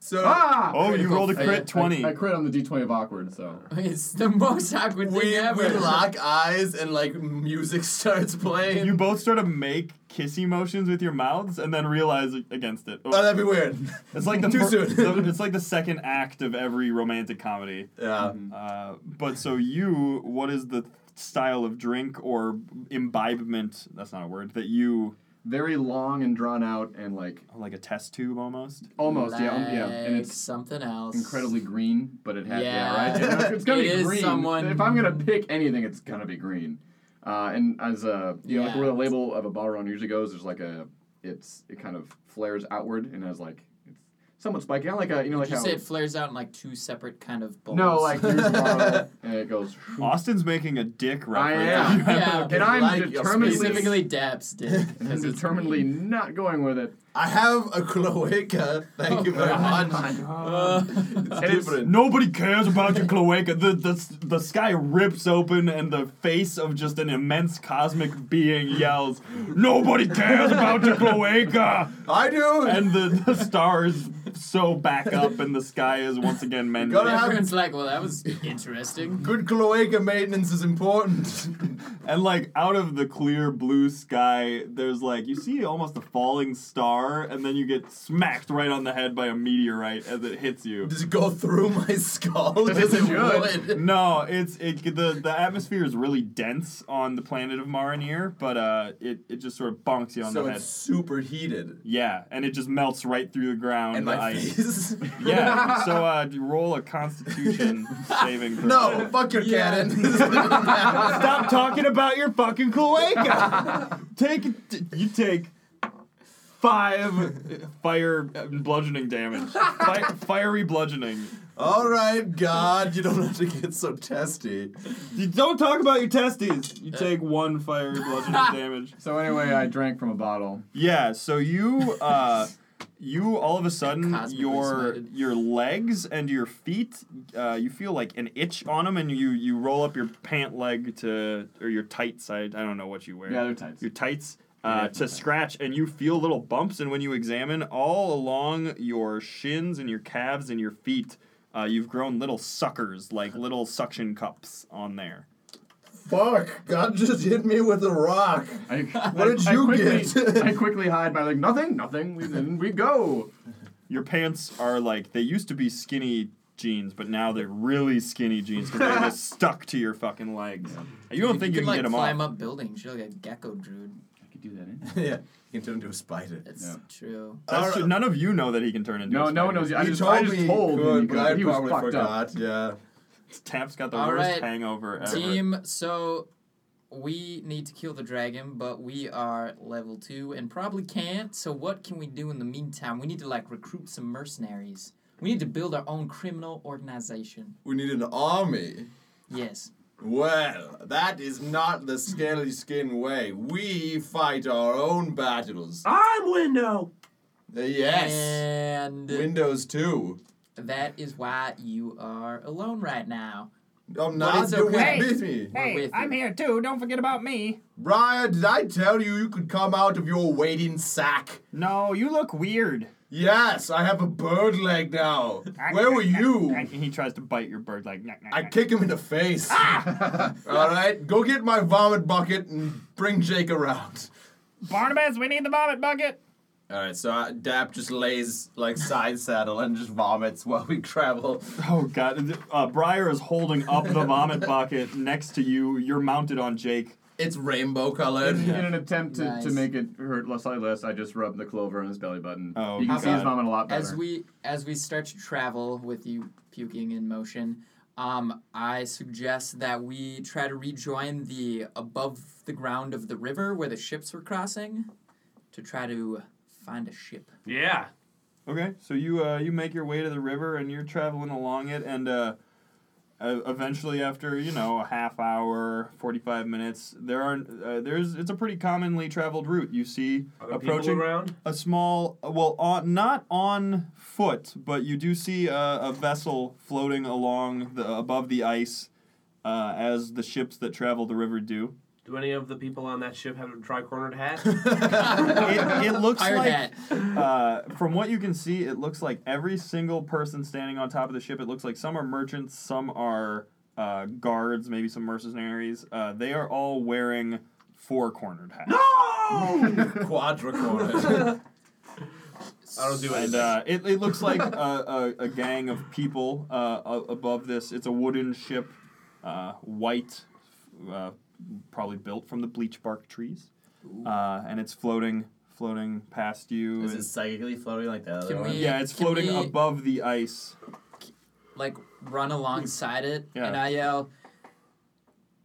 So Ah! oh, you rolled a I- crit twenty. I, I crit on the d20 of awkward, so. It's the most awkward thing we, ever. we lock eyes and like music starts playing. you both sort of make kissy motions with your mouths, and then realize against it. oh, that'd be weird. it's like the, too fir- soon. the- it's like the second act of every romantic comedy. yeah. Mm. Uh, but so you, what is the style of drink or imbibement? That's not a word. That you Very long and drawn out and like like a test tube almost. almost, yeah, um, yeah. And Like it's something else. incredibly green, but it has, yeah, Yeah. right? And if it's gonna It be is green. someone- If I'm gonna pick anything, it's gonna be green. Uh, and as a, you know, like Yeah. where the label of a bottle round usually goes, there's like a, it's, it kind of flares outward and has like, it's somewhat spiky. Kind of like a, you know, like Did you how. say it flares out in like two separate kind of bowls? no, like here's a bottle and it goes. Austin's making a dick I reference. am. Yeah. And I'm Like your determinedly, specifically Dabs did. I'm determinedly not going with it. I have a cloaca. Oh, Thank you very Oh much. Uh, And it's- Nobody cares about your cloaca. The, the the sky rips open and the face of just an immense cosmic being yells, "Nobody cares about your cloaca!" I do. And the, the stars so back up and the sky is once again mended. Gotta have- everyone's like, well, that was interesting. Good cloaca maintenance is important. And like out of the clear blue sky, there's like you see almost a falling star, and then you get smacked right on the head by a meteorite as it hits you. Does it go through my skull? Does it should. would? No, it's it the the atmosphere is really dense on the planet of Marinir, but uh, it it just sort of bonks you on So the head. it's super heated. Yeah, and it just melts right through the ground. And the my ice. face. Yeah. So uh, do you roll a Constitution saving throw. No, fuck your Yeah. cannon. Stop talking about your fucking cloaca. take t- you take five fire and bludgeoning damage. Fi- fiery bludgeoning. All right, God, you don't have to get so testy. You don't talk about your testes. You take one fiery bludgeoning damage. So anyway, I drank from a bottle. Yeah. So you uh, you all of a sudden Cosmically your smited. your legs and your feet uh, you feel like an itch on them, and you you roll up your pant leg to or your tights. I I don't know what you wear. Yeah, they're tights. your tights uh, to scratch, and you feel little bumps. And when you examine all along your shins and your calves and your feet, uh, you've grown little suckers, like little suction cups on there. Fuck, God just hit me with a rock. I, What did I you quickly, get? I quickly hide by like nothing, nothing. We, then we go. Your pants are like they used to be skinny jeans, but now they're really skinny jeans because they're just stuck to your fucking legs. You don't think you, can, like get them climb off. up buildings. You're like a gecko druid. I could do that. yeah, you can turn into a spider. It's Yeah. true. That's ju- none of you know that he can turn into. No, a no one spider. knows. I You just, told I just me told you him could, because but I he was probably fucked forgot. up. Yeah. Tap's got the All worst right, hangover ever. Team, so we need to kill the dragon, but we are level two and probably can't. So what can we do in the meantime? We need to like recruit some mercenaries. We need to build our own criminal organization. We need an army. Yes. Well, that is not the scaly skin way. We fight our own battles. Ah. I'm window. Uh, Yes. And Windows 2. that is why you are alone right now. I'm not. it's You okay. will beat me. We're Hey, with I'm you. here too. Don't forget about me. Brian, did I tell you you could come out of your waiting sack? No, you look weird. Yes, I have a bird leg now. I- Where were I- you? And he tries to bite your bird like. Nah, nah, I nah. kick him in the face. Ah! All right, go get my vomit bucket and bring Jake around. Barnabas, we need the vomit bucket. All right, so uh, Dap just lays like side saddle and just vomits while we travel. Oh god, uh, Briar is holding up the vomit bucket next to you. You're mounted on Jake. It's rainbow colored. In, in an attempt to, to Nice. make it hurt less slightly less, I just rub the clover on his belly button. Oh, you can see his God. vomit a lot better. As we as we start to travel with you puking in motion, um, I suggest that we try to rejoin the above the ground of the river where the ships were crossing, to try to find a ship. Yeah. Okay, so you uh, you make your way to the river and you're traveling along it, and uh, uh, eventually, after you know a half hour, forty five minutes, there are uh, there's it's a pretty commonly traveled route. You see Are there people approaching around? a small well on not on foot but you do see a, a vessel floating along the above the ice uh, as the ships that travel the river do Do any of the people on that ship have a tri-cornered hat? it, it looks Pirate like hat. uh, from what you can see it looks like every single person standing on top of the ship it looks like some are merchants some are uh, guards maybe some mercenaries uh, they are all wearing four cornered hats Quadricorn. I don't do And anything. uh, it, it looks like a, a, a gang of people uh, a- above this. It's a wooden ship, uh, white, uh, probably built from the bleach bark trees, uh, and it's floating floating past you. Is and- it psychically floating like that? Can we- Uh, yeah, it's Can floating we- above the ice. like run alongside it Yeah. and I yell,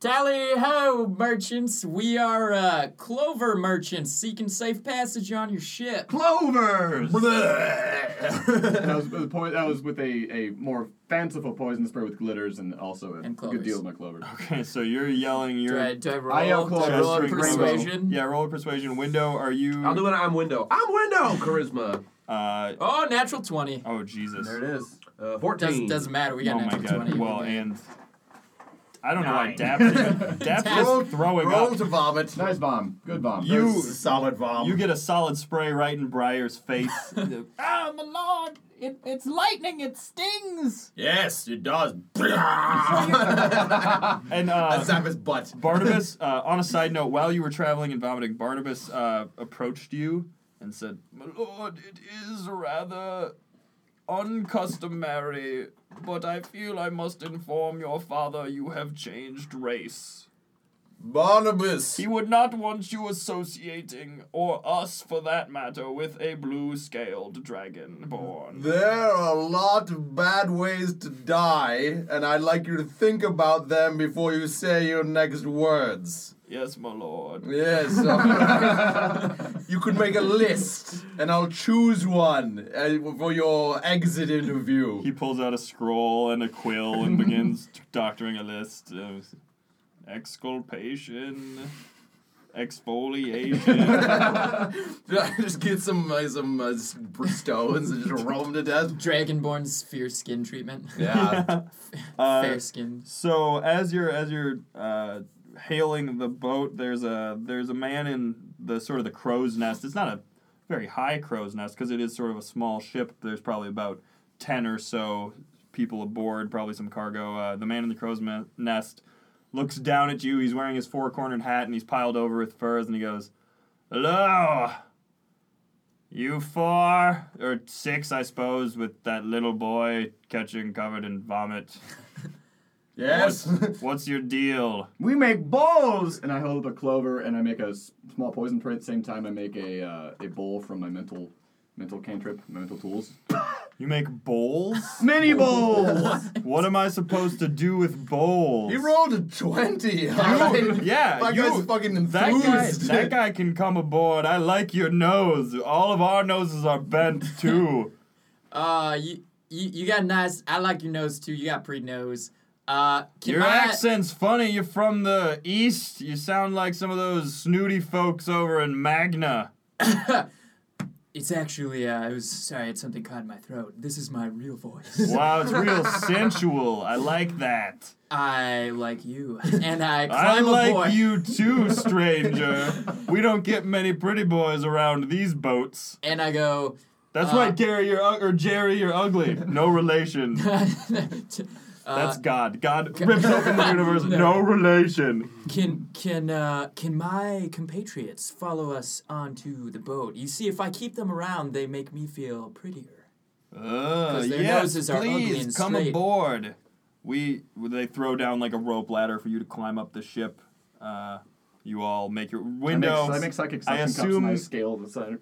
Tally ho, merchants! We are uh, clover merchants seeking safe passage on your ship. Clovers! Bleh. that was the point. That was with a, a more fanciful poison spray with glitters and also a And good clovers. deal of my clover. Okay, so you're yelling. Do You're I, do I roll, I yell do I clover, roll drink rainbow. persuasion? Yeah, roll a persuasion. Window, are you? I'll do it. I'm window. I'm window. Charisma. Uh, Oh, natural 20. oh Jesus! There it is. Uh, Fourteen. Doesn't, doesn't matter. We got Oh my natural 20. God! We're Well, good. and I don't Nine. know why Dap. Dap Roll- is throwing up. Roll to vomit. Nice bomb. Good bomb. You- That's a solid vom. You get a solid spray right in Briar's face. Oh, my lord! It, it's lightning. It stings. yes, it does. and I uh, zap his butt. Barnabas, uh, on a side note, while you were traveling and vomiting, Barnabas uh, approached you and said, My lord, it is rather uncustomary, but I feel I must inform your father you have changed race. Barnabas. He would not want you associating, or us for that matter, with a blue scaled dragonborn. There are a lot of bad ways to die, and I'd like you to think about them before you say your next words. yes, my lord. Yes. alright. you could make a list, and I'll choose one uh, for your exit interview. He pulls out a scroll and a quill and begins doctoring a list of exculpation, exfoliation. just get some uh, some uh, s- stones and just roll them to death. Dragonborn's fair skin treatment. Yeah. Uh, fair skin. so as you're as you're uh, hailing the boat, there's a there's a man in the sort of the crow's nest. It's not a very high crow's nest because it is sort of a small ship. There's probably about ten or so people aboard, probably some cargo. Uh, the man in the crow's me- nest looks down at you. He's wearing his four cornered hat and he's piled over with furs, and he goes, "Hello." You four or six, I suppose, with that little boy catching covered in vomit. Yes. What's your deal? We make bowls, and I hold up a clover, and I make a s- small poison spray. At the same time, I make a uh, a bowl from my mental mental cantrip, my mental tools. You make bowls? Mini bowls. what am I supposed to do with bowls? He rolled a twenty. alright? yeah, My you- guy's fucking that guy, enthused. that guy can come aboard. I like your nose. All of our noses are bent too. Uh, you, you, you got nice. I like your nose too. You got pretty nose. Uh, can Your I- accent's funny. You're from the east. You sound like some of those snooty folks over in Magna. It's actually, uh, I was sorry, it's something caught in my throat. This is my real voice. Wow, it's real sensual. I like that. I like you, and I I climb like aboard. you too, stranger. we don't get many pretty boys around these boats. And I go. That's Uh, right, Gary, you're u- or Jerry, you're ugly. No relation. That's uh, God. God rips open the universe. No relation. can can uh, can my compatriots follow us onto the boat? You see, if I keep them around, they make me feel prettier. Uh, their yes, noses are ugly please and come straight. aboard. We they throw down like a rope ladder for you to climb up the ship. Uh, you all make your window. I make, I make psychic I suction cups and I assume- scale the side.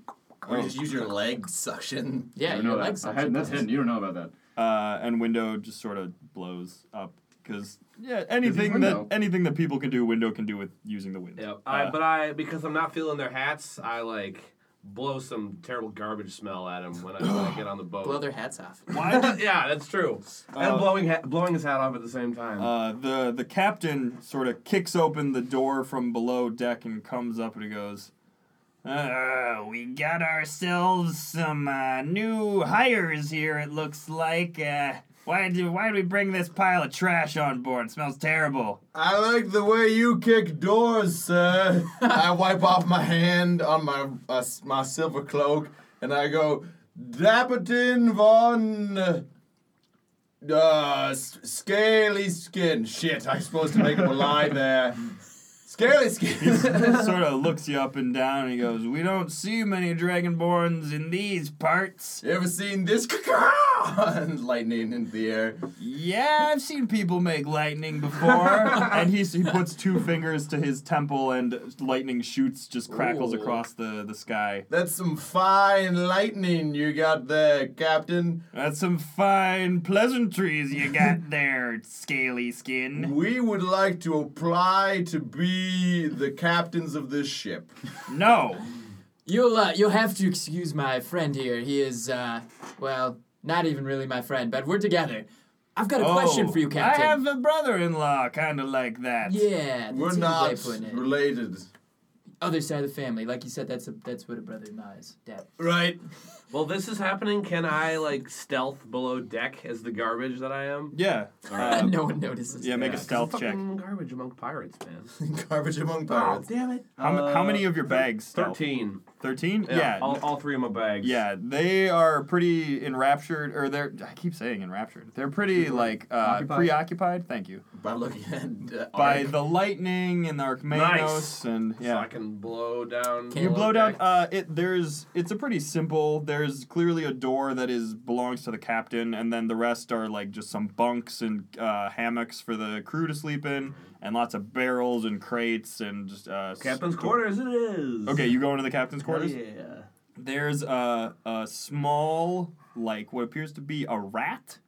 Or you just use your leg suction. Yeah, I your know that. legs I are had, that's too hidden. You don't know about that. uh, and window just sort of blows up because yeah, anything that window. anything that people can do, window can do with using the wind. Yep. I, Uh, but I because I'm not feeling their hats, I like blow some terrible garbage smell at them when I, when I get on the boat. Blow their hats off. Why? do- yeah, that's true. Uh, and blowing ha- blowing his hat off at the same time. Uh, the the captain sort of kicks open the door from below deck and comes up and he goes, uh, "We got ourselves some uh, new hires here. It looks like. Uh, why did why did we bring this pile of trash on board? It smells terrible." I like the way you kick doors, sir. I wipe off my hand on my uh, s- my silver cloak and I go, Dapperton von uh, s- Scaly Skin. Shit, I'm supposed to make him a lie there. Scaly Skin. sort of looks you up and down and he goes, "We don't see many dragonborns in these parts." you ever seen this? and lightning in the air. Yeah, I've seen people make lightning before. and he he puts two fingers to his temple and lightning shoots just crackles Ooh. across the the sky. That's some fine lightning you got there, Captain. That's some fine pleasantries you got there, scaly skin. We would like to apply to be the captains of this ship. No. You'll uh, you'll have to excuse my friend here. He is uh, well, not even really my friend, but we're together. I've got a question for you, Captain. Oh, I have a brother-in-law kind of like that. Yeah, that's We're a good way not of putting it. related. Other side of the family, like you said, that's a, that's what a brother-in-law is. Dad. Right. well, this is happening. Can I like stealth below deck as the garbage that I am? Yeah. Uh, no one notices. yeah, make a Yeah, 'cause stealth I'm check. fucking Garbage among pirates, man. Garbage among oh, pirates. damn it. How, m- how Uh, many of your bags? stealth? Thirteen. 13? Yeah, All, all three of my bags. Yeah, they are pretty enraptured, or they're, I keep saying enraptured, they're pretty, like, uh, Occupied. preoccupied, thank you, By looking at uh, by Ark. the lightning and the Archmanos, Nice. and So yeah. I can blow down. Can you Hello, blow down, deck. uh, it, there's, it's a pretty simple, there's clearly a door that is, belongs to the captain, and then the rest are, like, just some bunks and, uh, hammocks for the crew to sleep in, and lots of barrels and crates and just, uh... Captain's sto- quarters. It is. Okay, you go into the captain's Hell quarters? Yeah. There's a, a small, like what appears to be a rat,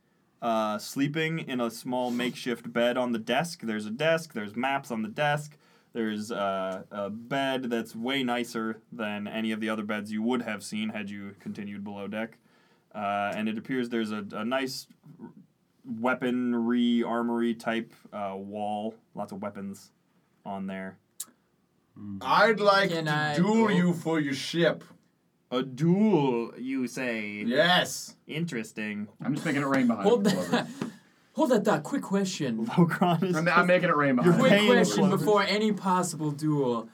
uh, sleeping in a small makeshift bed on the desk. There's a desk. There's maps on the desk. There's uh, a bed that's way nicer than any of the other beds you would have seen had you continued below deck. Uh, and it appears there's a, a nice weaponry armory type uh, wall. Lots of weapons on there. I'd like Can to I- duel you for your ship. A duel, you say? Yes. Interesting. I'm just making it rain behind Hold me. that. Clover. Hold that thought. Quick question. Okron is I'm, I'm making it rain behind You're me. Quick Pain question Clover. before any possible duel.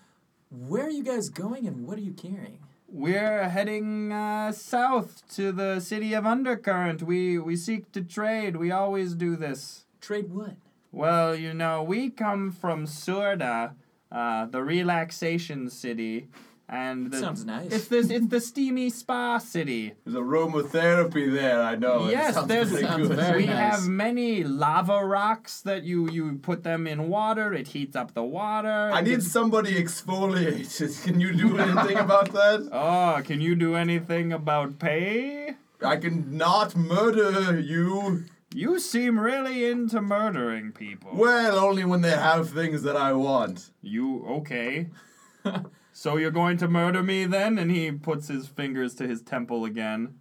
Where are you guys going, and what are you carrying? We're heading uh, south to the city of Undercurrent. We we seek to trade. We always do this. Trade what? Well, you know, we come from Surda, uh, the relaxation city, and the, Sounds nice. It's the it's the steamy spa city. There's aromatherapy there, I know. It yes, Oh, sounds there's pretty Sounds good. very we nice. have many lava rocks that you you put them in water. It heats up the water. I It need gets- somebody exfoliated. Can you do anything about that? Oh, can you do anything about pay? I can not murder you. You seem really into murdering people. Well, only when they have things that I want. You okay? so you're going to murder me then? And he puts his fingers to his temple again.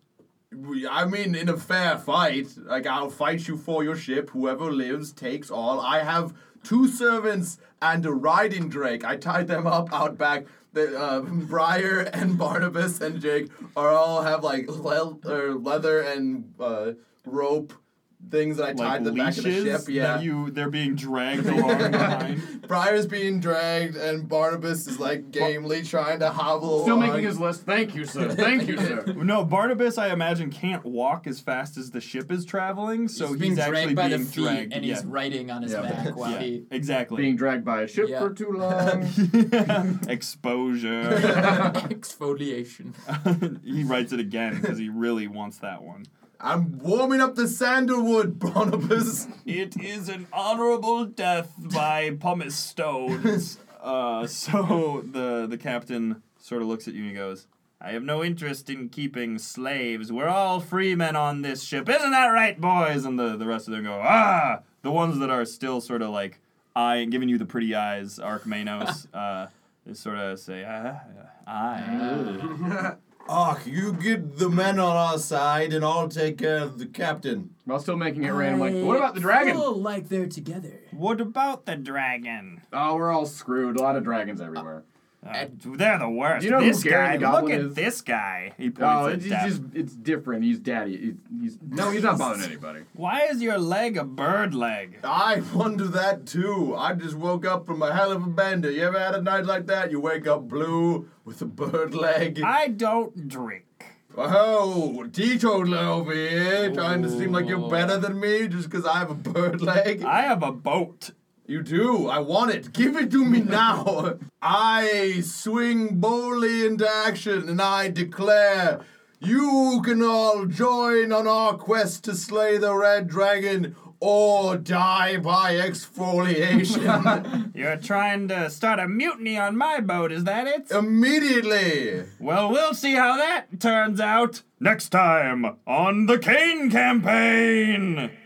We- I mean, in a fair fight, like I'll fight you for your ship. Whoever lives takes all. I have two servants, and a riding drake. I tied them up out back. The, uh, Briar and Barnabas and Jake are all have like le- or leather and uh, rope things that I tied to the back of the ship. Yeah, that you they're being dragged along behind. Briar's being dragged, and Barnabas is like gamely trying to hobble. Still along. making his list. Thank you, sir. Thank you, sir. No, Barnabas, I imagine, can't walk as fast as the ship is traveling, so he's, being dragged actually by being the feet, dragged. and yeah. he's writing on his Yeah. back while yeah, he. exactly. Being dragged by a ship Yeah. for too long. Exposure. Exfoliation. he writes it again because he really wants that one. I'm warming up the sandalwood, Barnabas. It is an honorable death by pumice stones. uh, so the the captain sort of looks at you and he goes, "I have no interest in keeping slaves. We're all free men on this ship, isn't that right, boys?" And the the rest of them go, "Ah!" The ones that are still sort of like eye giving you the pretty eyes, Archmanos, uh, they sort of say, "Ah, I." Ach, you get the men on our side, and I'll take care of the captain. While still making it random. Like, what about the dragon? Feel like they're together. What about the dragon? Oh, we're all screwed. A lot of dragons everywhere. Uh, they're the worst. You know who this guy. Gary the Look Goblin at is? this guy. He points Oh, at it's, it's Death. just it's different. He's daddy. He's, he's no, he's not bothering anybody. Why is your leg a bird leg? I wonder that too. I just woke up from a hell of a bender. You ever had a night like that? You wake up blue with a bird leg. I don't drink. Oh, teetotaler over here, trying to seem like you're better than me just because I have a bird leg. Oh. I have a boat. You do. I want it. Give it to me now. I swing boldly into action and I declare you can all join on our quest to slay the red dragon or die by exfoliation. You're trying to start a mutiny on my boat, is that it? Immediately. Well, we'll see how that turns out. Next time on the Kane Campaign!